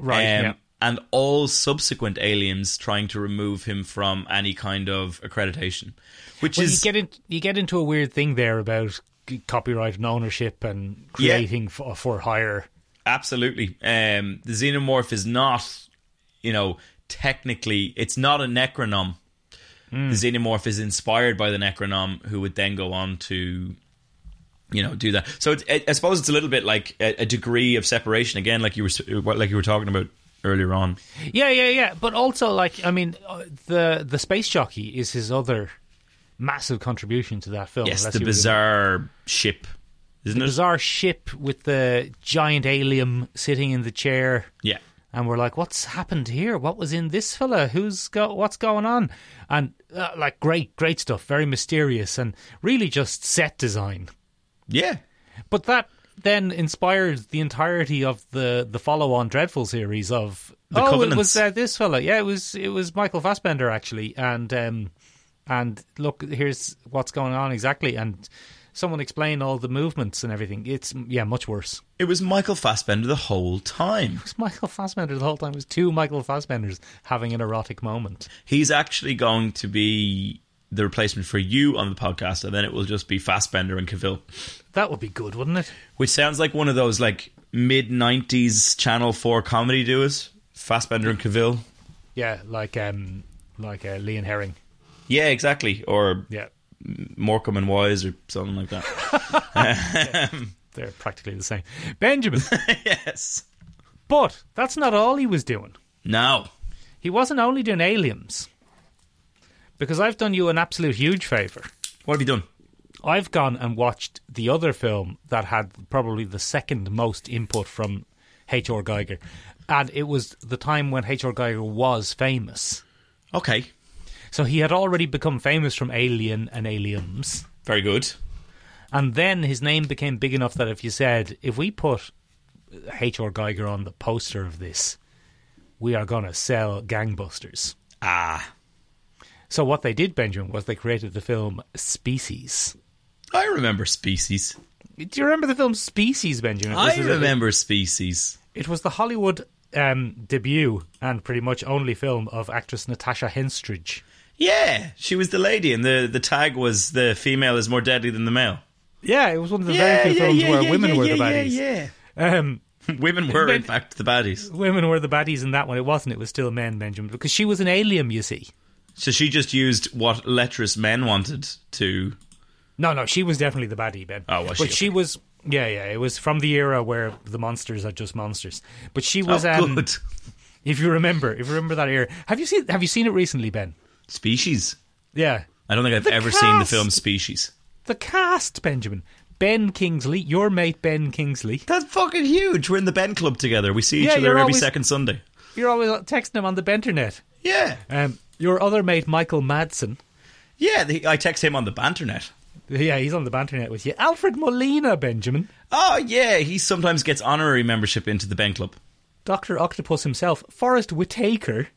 [SPEAKER 6] Right.
[SPEAKER 2] Um,
[SPEAKER 6] yeah.
[SPEAKER 2] And all subsequent aliens trying to remove him from any kind of accreditation, which
[SPEAKER 6] Well, you
[SPEAKER 2] is
[SPEAKER 6] get in, you get into a weird thing there about c- copyright and ownership and
[SPEAKER 2] Yeah.
[SPEAKER 6] creating for, for hire.
[SPEAKER 2] absolutely um, the xenomorph is not, you know, technically it's not a necronom.
[SPEAKER 6] Hmm.
[SPEAKER 2] The xenomorph is inspired by the necronom, who would then go on to, you know, do that. So it's, I- I suppose it's a little bit like a, a degree of separation again, like you were s- uh, like you were talking about earlier on.
[SPEAKER 6] Yeah, yeah, yeah. But also, like, I mean, uh, the the space jockey is his other massive contribution to that film.
[SPEAKER 2] Yes,
[SPEAKER 6] unless
[SPEAKER 2] the
[SPEAKER 6] he was in-
[SPEAKER 2] bizarre ship, isn't
[SPEAKER 6] the
[SPEAKER 2] it?
[SPEAKER 6] bizarre ship with the giant alien sitting in the chair.
[SPEAKER 2] Yeah.
[SPEAKER 6] and we're like, "What's happened here? What was in this fella? Who's got what's going on?" And uh, like, great, great stuff, very mysterious, and really just set design.
[SPEAKER 2] Yeah.
[SPEAKER 6] But that then inspired the entirety of the the follow on dreadful series of
[SPEAKER 2] The
[SPEAKER 6] oh, it
[SPEAKER 2] Covenants.
[SPEAKER 6] was uh, this fella, yeah, it was it was Michael Fassbender actually, and um, and look, here's what's going on exactly, and someone explain all the movements and everything. It's yeah, much worse.
[SPEAKER 2] It was Michael Fassbender the whole time.
[SPEAKER 6] It's Michael Fassbender the whole time. It was two Michael Fassbenders having an erotic moment.
[SPEAKER 2] He's actually going to be the replacement for you on the podcast, and then it will just be Fassbender and Cavill,
[SPEAKER 6] That would be good, wouldn't it?
[SPEAKER 2] which sounds like one of those like mid '90s Channel Four comedy duos, Fassbender and Cavill.
[SPEAKER 6] Yeah, like um, like uh, Lee and Herring.
[SPEAKER 2] Yeah, exactly. Or
[SPEAKER 6] Yeah,
[SPEAKER 2] Morecambe and Wise, or something like that.
[SPEAKER 6] they're practically the same. Benjamin,
[SPEAKER 2] yes.
[SPEAKER 6] but that's not all he was doing.
[SPEAKER 2] No.
[SPEAKER 6] He wasn't only doing aliens. Because I've done you an absolute huge favour.
[SPEAKER 2] What have you done?
[SPEAKER 6] I've gone and watched the other film that had probably the second most input from H.R. Geiger, and it was the time when H.R. Geiger was famous.
[SPEAKER 2] Okay.
[SPEAKER 6] So he had already become famous from Alien and Aliens.
[SPEAKER 2] Very good.
[SPEAKER 6] And then his name became big enough that if you said, if we put H.R. Geiger on the poster of this, we are going to sell gangbusters.
[SPEAKER 2] Ah,
[SPEAKER 6] So what they did, Benjamin, was they created the film Species.
[SPEAKER 2] I remember Species.
[SPEAKER 6] Do you remember the film Species, Benjamin? It was
[SPEAKER 2] I
[SPEAKER 6] the-
[SPEAKER 2] remember Species.
[SPEAKER 6] It was the Hollywood um, debut and pretty much only film of actress Natasha Henstridge.
[SPEAKER 2] Yeah, she was the lady, and the, the tag was the female is more deadly than the male.
[SPEAKER 6] Yeah, it was one of the very few films where women were the baddies. Um,
[SPEAKER 2] Women were, in
[SPEAKER 6] But-
[SPEAKER 2] fact, the baddies.
[SPEAKER 6] women were the baddies in that one. It wasn't. It was still men, Benjamin, because she was an alien. You see,
[SPEAKER 2] So she just used what lecherous men wanted to.
[SPEAKER 6] no, no, she was definitely the baddie, Ben.
[SPEAKER 2] Oh, was
[SPEAKER 6] but
[SPEAKER 2] she?
[SPEAKER 6] she was. Yeah, yeah, it was from the era where the monsters are just monsters. But she was.
[SPEAKER 2] oh,
[SPEAKER 6] um,
[SPEAKER 2] good.
[SPEAKER 6] If you remember, if you remember that era, have you seen? Have you seen it recently, Ben?
[SPEAKER 2] Species.
[SPEAKER 6] Yeah,
[SPEAKER 2] I don't think I've
[SPEAKER 6] The
[SPEAKER 2] ever seen the
[SPEAKER 6] cast!
[SPEAKER 2] film Species.
[SPEAKER 6] the cast, Benjamin, Ben Kingsley, your mate Ben Kingsley.
[SPEAKER 2] That's fucking huge. We're in the Ben Club together. We see each
[SPEAKER 6] Yeah,
[SPEAKER 2] other
[SPEAKER 6] you're
[SPEAKER 2] every
[SPEAKER 6] always-
[SPEAKER 2] second Sunday.
[SPEAKER 6] You're always texting him on the Benternet.
[SPEAKER 2] Yeah.
[SPEAKER 6] Um, your other mate Michael Madsen.
[SPEAKER 2] Yeah, the, I text him on the Banternet.
[SPEAKER 6] Yeah, he's on the Banternet with you. Alfred Molina, Benjamin.
[SPEAKER 2] Oh, yeah, he sometimes gets honorary membership into the Ben Club.
[SPEAKER 6] Doctor Octopus himself, Forrest Whitaker.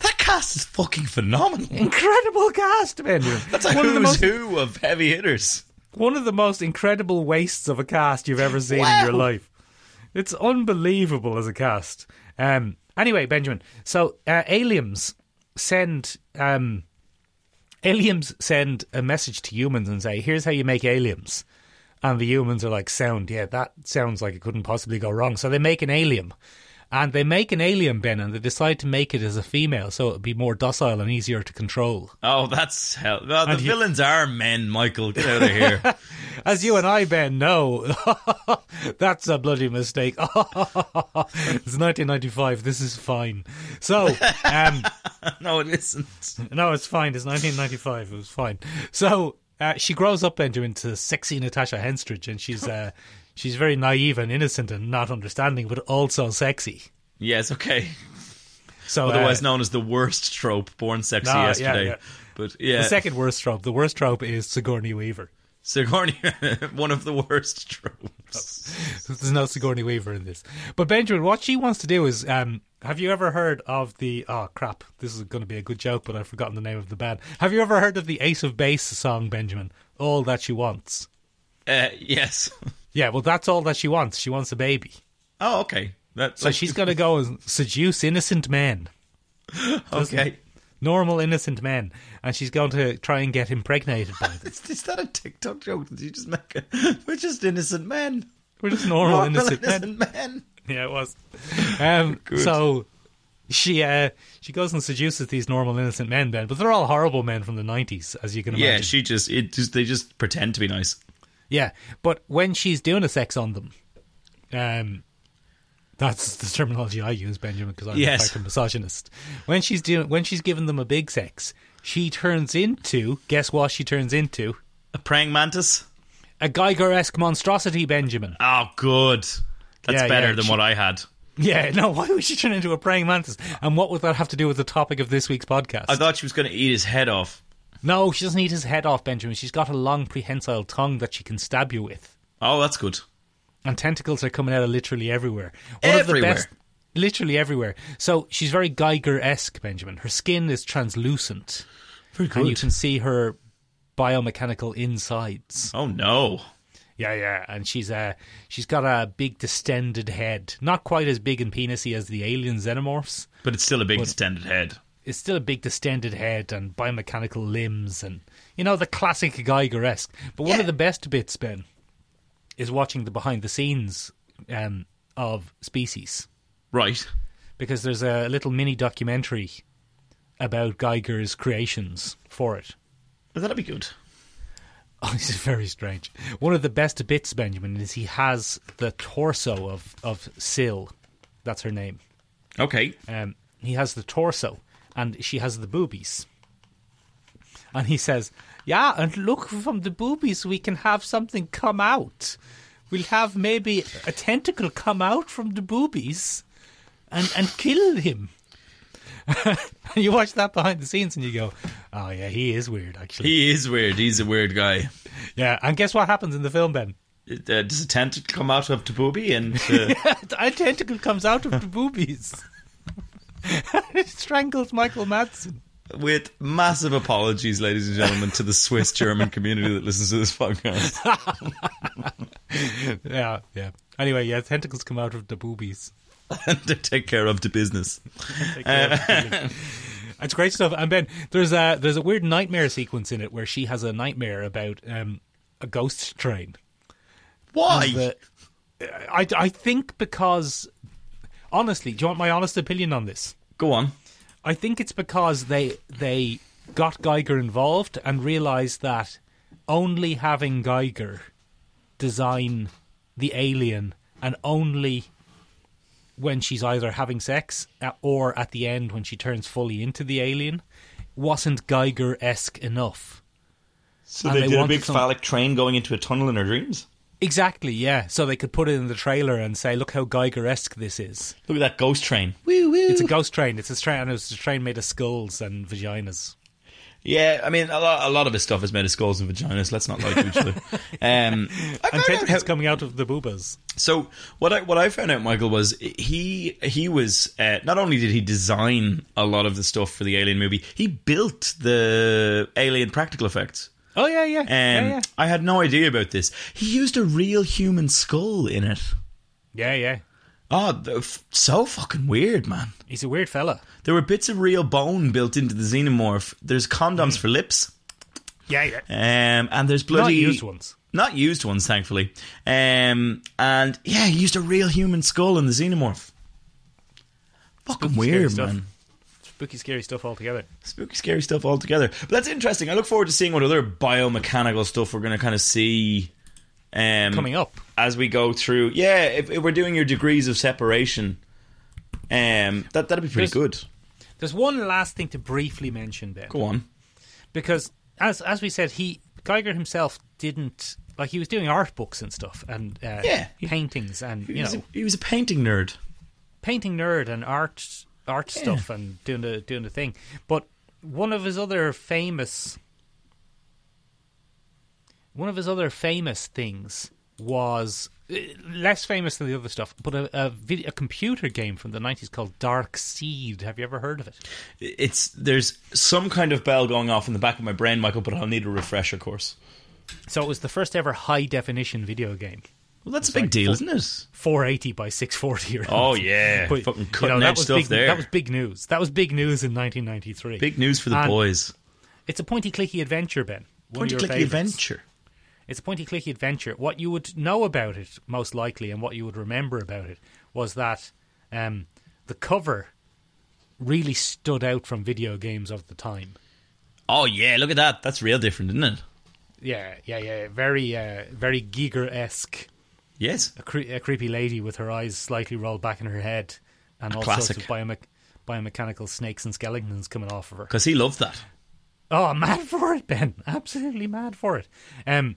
[SPEAKER 2] That cast is fucking phenomenal.
[SPEAKER 6] Incredible cast, Benjamin.
[SPEAKER 2] That's a
[SPEAKER 6] One of
[SPEAKER 2] who's
[SPEAKER 6] the most,
[SPEAKER 2] who of heavy hitters.
[SPEAKER 6] one of the most incredible wastes of a cast you've ever seen in your life. It's unbelievable as a cast. Um, anyway, Benjamin. So uh, aliens send um, aliens send a message to humans and say, "Here's how you make aliens." And the humans are like, "Sound, yeah, that sounds like it couldn't possibly go wrong." So they make an alien, and they make an alien, Ben, and they decide to make it as a female, so it'd be more docile and easier to control.
[SPEAKER 2] Oh, that's hell. well, the villains are men, Michael. Get out of here.
[SPEAKER 6] As you and I, Ben, know, that's a bloody mistake. it's 1995. This is fine. So, um,
[SPEAKER 2] no, it isn't.
[SPEAKER 6] no, it's fine. It's 1995. It was fine. So uh, she grows up, Benjamin, to sexy Natasha Henstridge, and she's uh, she's very naive and innocent and not understanding, but also sexy.
[SPEAKER 2] Yes, okay.
[SPEAKER 6] So uh,
[SPEAKER 2] Otherwise known as the worst trope, born sexy
[SPEAKER 6] No, yeah,
[SPEAKER 2] yesterday.
[SPEAKER 6] yeah.
[SPEAKER 2] But yeah,
[SPEAKER 6] the second worst trope. The worst trope is Sigourney Weaver.
[SPEAKER 2] Sigourney, one of the worst tropes.
[SPEAKER 6] There's no Sigourney Weaver in this. But Benjamin, what she wants to do is, um, have you ever heard of the? Oh crap! This is going to be a good joke, but I've forgotten the name of the band. Have you ever heard of the Ace of Base song, Benjamin? All that she wants. Oh.
[SPEAKER 2] Uh, yes.
[SPEAKER 6] Yeah, well, that's all that she wants. She wants a baby.
[SPEAKER 2] Oh, okay. That,
[SPEAKER 6] So she's going to go and seduce innocent men,
[SPEAKER 2] okay.
[SPEAKER 6] normal innocent men, and she's going to try and get impregnated by them.
[SPEAKER 2] Is, is that a TikTok joke? Did you just make a, We're just innocent men.
[SPEAKER 6] We're just normal,
[SPEAKER 2] Normal
[SPEAKER 6] innocent, men.
[SPEAKER 2] men.
[SPEAKER 6] Yeah, it was. Um, so she uh, she goes and seduces these normal innocent men, Ben, but they're all horrible men from the nineties, as you can imagine.
[SPEAKER 2] Yeah, she just it just they just pretend to be nice.
[SPEAKER 6] yeah, but when she's doing a sex on them, um, that's the terminology I use, Benjamin, because I'm
[SPEAKER 2] Yes.
[SPEAKER 6] like a misogynist. When she's doing when she's giving them a big sex, she turns into guess what? She turns into
[SPEAKER 2] A praying mantis.
[SPEAKER 6] a Geiger esque monstrosity, Benjamin.
[SPEAKER 2] Oh, good. That's
[SPEAKER 6] Yeah,
[SPEAKER 2] better
[SPEAKER 6] yeah,
[SPEAKER 2] than
[SPEAKER 6] she-
[SPEAKER 2] what I had.
[SPEAKER 6] Yeah, no, why would she turn into a praying mantis? And what would that have to do with the topic of this week's podcast?
[SPEAKER 2] I thought she was going to eat his head off.
[SPEAKER 6] No, she doesn't eat his head off, Benjamin. She's got a long prehensile tongue that she can stab you with.
[SPEAKER 2] Oh, that's good.
[SPEAKER 6] And tentacles are coming out of literally everywhere.
[SPEAKER 2] Everywhere.
[SPEAKER 6] literally everywhere. So she's very Geiger esque, Benjamin. Her skin is translucent.
[SPEAKER 2] Very
[SPEAKER 6] And you can see her biomechanical insides.
[SPEAKER 2] Oh no.
[SPEAKER 6] Yeah, yeah. And she's uh she's got a big distended head. Not quite as big and penisy as the alien xenomorphs.
[SPEAKER 2] But it's still a big distended head.
[SPEAKER 6] it's still a big distended head and biomechanical limbs and you know the classic Geiger esque. But one of the best bits, Ben, is watching the behind the scenes um, of Species
[SPEAKER 2] Right.
[SPEAKER 6] because there's a little mini documentary about Geiger's creations for it.
[SPEAKER 2] But that'd be good.
[SPEAKER 6] Oh, this is very strange. One of the best bits, Benjamin, is he has the torso of of Sill. That's her name.
[SPEAKER 2] Okay.
[SPEAKER 6] um, he has the torso and she has the boobies. And he says, Yeah, and look from the boobies, we can have something come out. We'll have maybe a tentacle come out from the boobies and, and kill him. and you watch that behind the scenes and you go, Oh, yeah, he is weird, actually.
[SPEAKER 2] He is weird. He's a weird guy.
[SPEAKER 6] yeah, and guess what happens in the film, Ben?
[SPEAKER 2] It, uh, does a tent come out of the booby and uh,
[SPEAKER 6] a tentacle comes out of the boobies. it strangles Michael Madsen.
[SPEAKER 2] with massive apologies, ladies and gentlemen, to the Swiss German community that listens to this podcast.
[SPEAKER 6] Yeah, yeah. Anyway, yeah, tentacles come out of the boobies.
[SPEAKER 2] and to take care of the business.
[SPEAKER 6] It's great stuff. And Ben, there's a there's a weird nightmare sequence in it where she has a nightmare about um, a ghost train.
[SPEAKER 2] Why?
[SPEAKER 6] The- I, I think because honestly, do you want my honest opinion on this?
[SPEAKER 2] Go on.
[SPEAKER 6] I think it's because they they got Geiger involved and realized that only having Geiger design the alien and only when she's either having sex uh, or at the end when she turns fully into the alien wasn't Geiger esque enough.
[SPEAKER 2] So
[SPEAKER 6] And they wanted some-
[SPEAKER 2] train going into a tunnel in her dreams.
[SPEAKER 6] Exactly, yeah. So they could put it in the trailer and say, "Look how Geiger esque this is."
[SPEAKER 2] Look at that ghost train.
[SPEAKER 6] It's a ghost train. It's a train. And it's a train made of skulls and vaginas.
[SPEAKER 2] Yeah, I mean, a lot, a lot of his stuff is made of skulls and vaginas. Let's not lie to each other. Um, I
[SPEAKER 6] And
[SPEAKER 2] found out
[SPEAKER 6] tentacles
[SPEAKER 2] how-
[SPEAKER 6] coming out of the boobas.
[SPEAKER 2] so what I what I found out, Michael, was he he was uh, not only did he design a lot of the stuff for the Alien movie, he built the Alien practical effects.
[SPEAKER 6] Oh yeah, yeah,
[SPEAKER 2] Um,
[SPEAKER 6] yeah, yeah.
[SPEAKER 2] I had no idea about this. He used a real human skull in it.
[SPEAKER 6] Yeah, yeah.
[SPEAKER 2] Oh, the- f- so fucking weird, man.
[SPEAKER 6] He's a weird fella.
[SPEAKER 2] There were bits of real bone built into the xenomorph. There's condoms for lips,
[SPEAKER 6] Yeah, yeah.
[SPEAKER 2] um, and there's bloody
[SPEAKER 6] Not used ones.
[SPEAKER 2] Not used ones, thankfully. Um, and yeah, he used a real human skull in the xenomorph. Fucking
[SPEAKER 6] scary
[SPEAKER 2] weird,
[SPEAKER 6] stuff.
[SPEAKER 2] man.
[SPEAKER 6] Spooky, scary stuff altogether.
[SPEAKER 2] Spooky, scary stuff altogether. But that's interesting. I look forward to seeing what other biomechanical stuff we're going to kind of see um,
[SPEAKER 6] Coming up.
[SPEAKER 2] as we go through. Yeah, if, if we're doing your degrees of separation, um, that that'd be pretty
[SPEAKER 6] There's-
[SPEAKER 2] good.
[SPEAKER 6] There's one last thing to briefly mention, Ben.
[SPEAKER 2] Go on.
[SPEAKER 6] because as as we said, he Geiger himself didn't like he was doing art books and stuff and uh,
[SPEAKER 2] Yeah.
[SPEAKER 6] paintings and
[SPEAKER 2] He
[SPEAKER 6] you
[SPEAKER 2] was,
[SPEAKER 6] know
[SPEAKER 2] a, he was a painting nerd.
[SPEAKER 6] painting nerd and art art stuff and doing the doing the thing. But one of his other famous one of his other famous things was uh, less famous than the other stuff, but a a, video, a computer game from the nineties called Dark Seed. Have you ever heard of it?
[SPEAKER 2] It's there's some kind of bell going off in the back of my brain, Michael, but I'll need a refresher course.
[SPEAKER 6] So it was the first ever high definition video game.
[SPEAKER 2] Well, that's a big deal, isn't it?
[SPEAKER 6] 480 by 640 or
[SPEAKER 2] Oh
[SPEAKER 6] something.
[SPEAKER 2] yeah,
[SPEAKER 6] But,
[SPEAKER 2] fucking
[SPEAKER 6] you know,
[SPEAKER 2] cutting
[SPEAKER 6] that
[SPEAKER 2] edge
[SPEAKER 6] was
[SPEAKER 2] stuff
[SPEAKER 6] big,
[SPEAKER 2] there.
[SPEAKER 6] That was big news. That was big news in 1993.
[SPEAKER 2] big news for the
[SPEAKER 6] And
[SPEAKER 2] boys.
[SPEAKER 6] It's a pointy clicky adventure, Ben. One of
[SPEAKER 2] Pointy
[SPEAKER 6] your
[SPEAKER 2] clicky
[SPEAKER 6] favourites.
[SPEAKER 2] adventure.
[SPEAKER 6] It's a pointy clicky adventure. What you would know about it, most likely, and what you would remember about it, was that um, the cover really stood out from video games of the time.
[SPEAKER 2] Oh yeah, look at that. That's real different, isn't it?
[SPEAKER 6] Yeah, yeah, yeah. Very, uh, very Giger esque.
[SPEAKER 2] Yes.
[SPEAKER 6] a, cre- a creepy lady with her eyes slightly rolled back in her head, and all
[SPEAKER 2] classic.
[SPEAKER 6] sorts of biome- biomechanical snakes and skeletons coming off of her.
[SPEAKER 2] Because he loved that.
[SPEAKER 6] Oh, I'm mad for it, Ben! Absolutely mad for it. Um,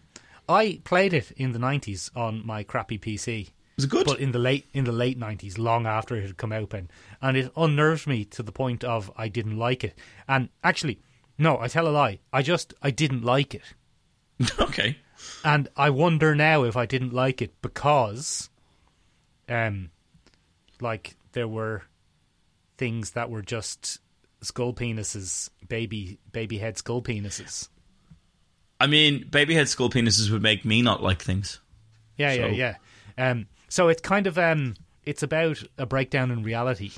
[SPEAKER 6] I played it in the '90s on my crappy PC,
[SPEAKER 2] Was it good?
[SPEAKER 6] but in the late in the late '90s, long after it had come out, Ben, and it unnerved me to the point of I didn't like it. And actually, no, I tell a lie. I just I didn't like it.
[SPEAKER 2] okay.
[SPEAKER 6] And I wonder now if I didn't like it because, um, like there were things that were just skull penises, baby baby head skull penises.
[SPEAKER 2] I mean, babyhead skull penises would make me not like things.
[SPEAKER 6] Yeah,
[SPEAKER 2] So-
[SPEAKER 6] yeah, yeah. Um, so it's kind of um, it's about a breakdown in reality.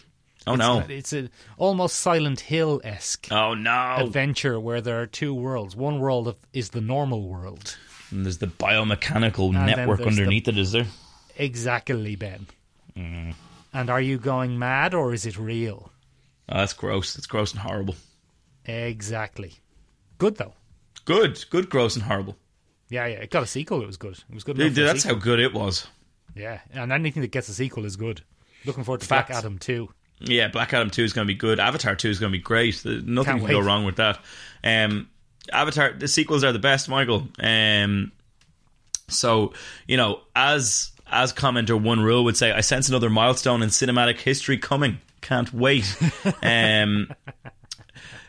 [SPEAKER 2] Oh
[SPEAKER 6] it's,
[SPEAKER 2] no.
[SPEAKER 6] it's a almost Silent Hill esque
[SPEAKER 2] Oh no.
[SPEAKER 6] adventure where there are two worlds. One world of, is the normal world,
[SPEAKER 2] And there's the biomechanical
[SPEAKER 6] then
[SPEAKER 2] network
[SPEAKER 6] there's the-
[SPEAKER 2] underneath it, is there?
[SPEAKER 6] exactly, Ben.
[SPEAKER 2] Mm.
[SPEAKER 6] And are you going mad or is it real?
[SPEAKER 2] Oh, that's gross. That's gross and horrible.
[SPEAKER 6] Exactly. Good though.
[SPEAKER 2] Good, good, gross and horrible.
[SPEAKER 6] Yeah, yeah. It got a sequel. It was good. It was good.
[SPEAKER 2] Dude,
[SPEAKER 6] enough for a
[SPEAKER 2] that's how
[SPEAKER 6] sequel.
[SPEAKER 2] good it was.
[SPEAKER 6] Yeah, and anything that gets a sequel is good. Looking forward to
[SPEAKER 2] Fact.
[SPEAKER 6] Black Adam too.
[SPEAKER 2] Yeah, Black Adam Two is going to be good. Avatar Two is going to be great. There- Nothing
[SPEAKER 6] Can't
[SPEAKER 2] can go
[SPEAKER 6] wait.
[SPEAKER 2] wrong with that. Um, Avatar, the sequels are the best, Michael. Um, so you know, as as commenter one rule would say, I sense another milestone in cinematic history coming. Can't wait. um,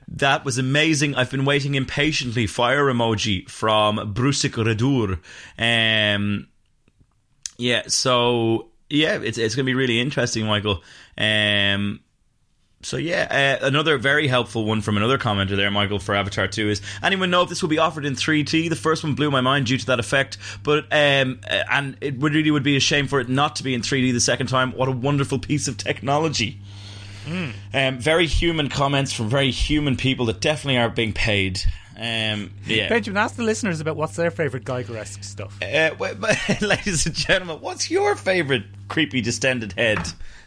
[SPEAKER 2] that was amazing. I've been waiting impatiently. Fire emoji from Brusik Redur. Um, yeah, so yeah, it's it's gonna be really interesting, Michael. Um so yeah, uh, another very helpful one from another commenter there, Michael, for Avatar 2 is anyone know if this will be offered in 3D? The first one blew my mind due to that effect, but um, uh, and it would really would be a shame for it not to be in 3D the second time. What a wonderful piece of technology! Um, very human comments from very human people that definitely aren't being paid. Um, yeah,
[SPEAKER 6] Benjamin, ask the listeners about what's their favorite Geiger-esque stuff.
[SPEAKER 2] uh, wait, but, ladies and gentlemen, what's your favourite creepy distended head?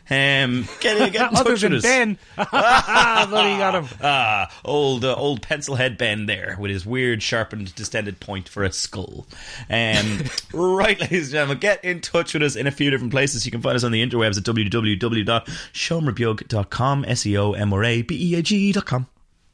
[SPEAKER 2] Um, get in, get in
[SPEAKER 6] Other
[SPEAKER 2] touch
[SPEAKER 6] than
[SPEAKER 2] with us.
[SPEAKER 6] Ben, Ah, bloody got him.
[SPEAKER 2] Ah, old uh, old pencil head Ben there with his weird sharpened distended point for a skull. Um, right, ladies and gentlemen, get in touch with us in a few different places. You can find us on the interwebs at www.shomrabeog.com, S E O M R A B E A G dot com.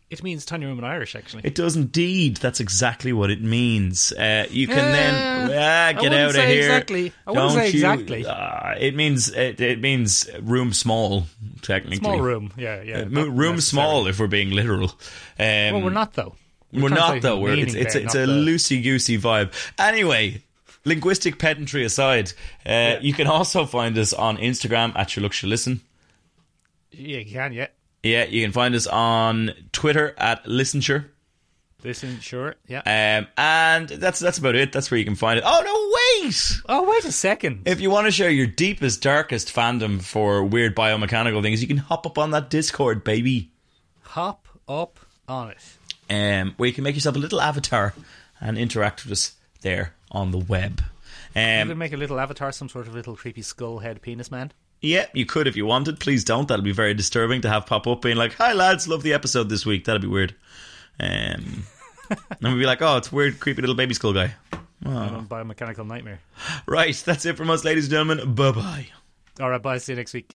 [SPEAKER 6] It means tiny room in Irish, actually.
[SPEAKER 2] It does indeed. That's exactly what it means. Uh, you can then
[SPEAKER 6] Uh,
[SPEAKER 2] ah, get
[SPEAKER 6] wouldn't
[SPEAKER 2] out of
[SPEAKER 6] say
[SPEAKER 2] here.
[SPEAKER 6] exactly. I wouldn't
[SPEAKER 2] Don't
[SPEAKER 6] say
[SPEAKER 2] you-
[SPEAKER 6] exactly.
[SPEAKER 2] Ah, it means it, it means room small, technically.
[SPEAKER 6] Small room. Yeah, yeah.
[SPEAKER 2] Uh,
[SPEAKER 6] Not
[SPEAKER 2] mo- room
[SPEAKER 6] necessary.
[SPEAKER 2] small, if we're being literal. Um,
[SPEAKER 6] Well, we're not though.
[SPEAKER 2] We're not
[SPEAKER 6] translating
[SPEAKER 2] though. We're, it's
[SPEAKER 6] meaning
[SPEAKER 2] it's,
[SPEAKER 6] there,
[SPEAKER 2] it's
[SPEAKER 6] not
[SPEAKER 2] a
[SPEAKER 6] the-
[SPEAKER 2] loosey goosey vibe. Anyway, linguistic pedantry aside, uh, you can also find us on Instagram at your look shall listen.
[SPEAKER 6] Yeah, you can. Yeah.
[SPEAKER 2] Yeah, you can find us on Twitter at listener.
[SPEAKER 6] This in sure, yeah.
[SPEAKER 2] Um, and that's that's about it. That's where you can find it. Oh no, wait!
[SPEAKER 6] oh, wait a second.
[SPEAKER 2] If you want to share your deepest, darkest fandom for weird biomechanical things, you can hop up on that Discord, baby.
[SPEAKER 6] Hop up on it.
[SPEAKER 2] um, where you can make yourself a little avatar and interact with us there on the web.
[SPEAKER 6] You could
[SPEAKER 2] Um,
[SPEAKER 6] make a little avatar, some sort of little creepy skull head penis man.
[SPEAKER 2] yeah, you could if you wanted. Please don't. That'll be very disturbing to have pop up being like, "Hi lads, love the episode this week." That'd be weird. Um, and we'd be like, "Oh, it's weird, creepy little baby skull guy." uh-huh.
[SPEAKER 6] A biomechanical nightmare.
[SPEAKER 2] Right, that's it from us, ladies and gentlemen. Bye bye.
[SPEAKER 6] All right, bye. See you next week.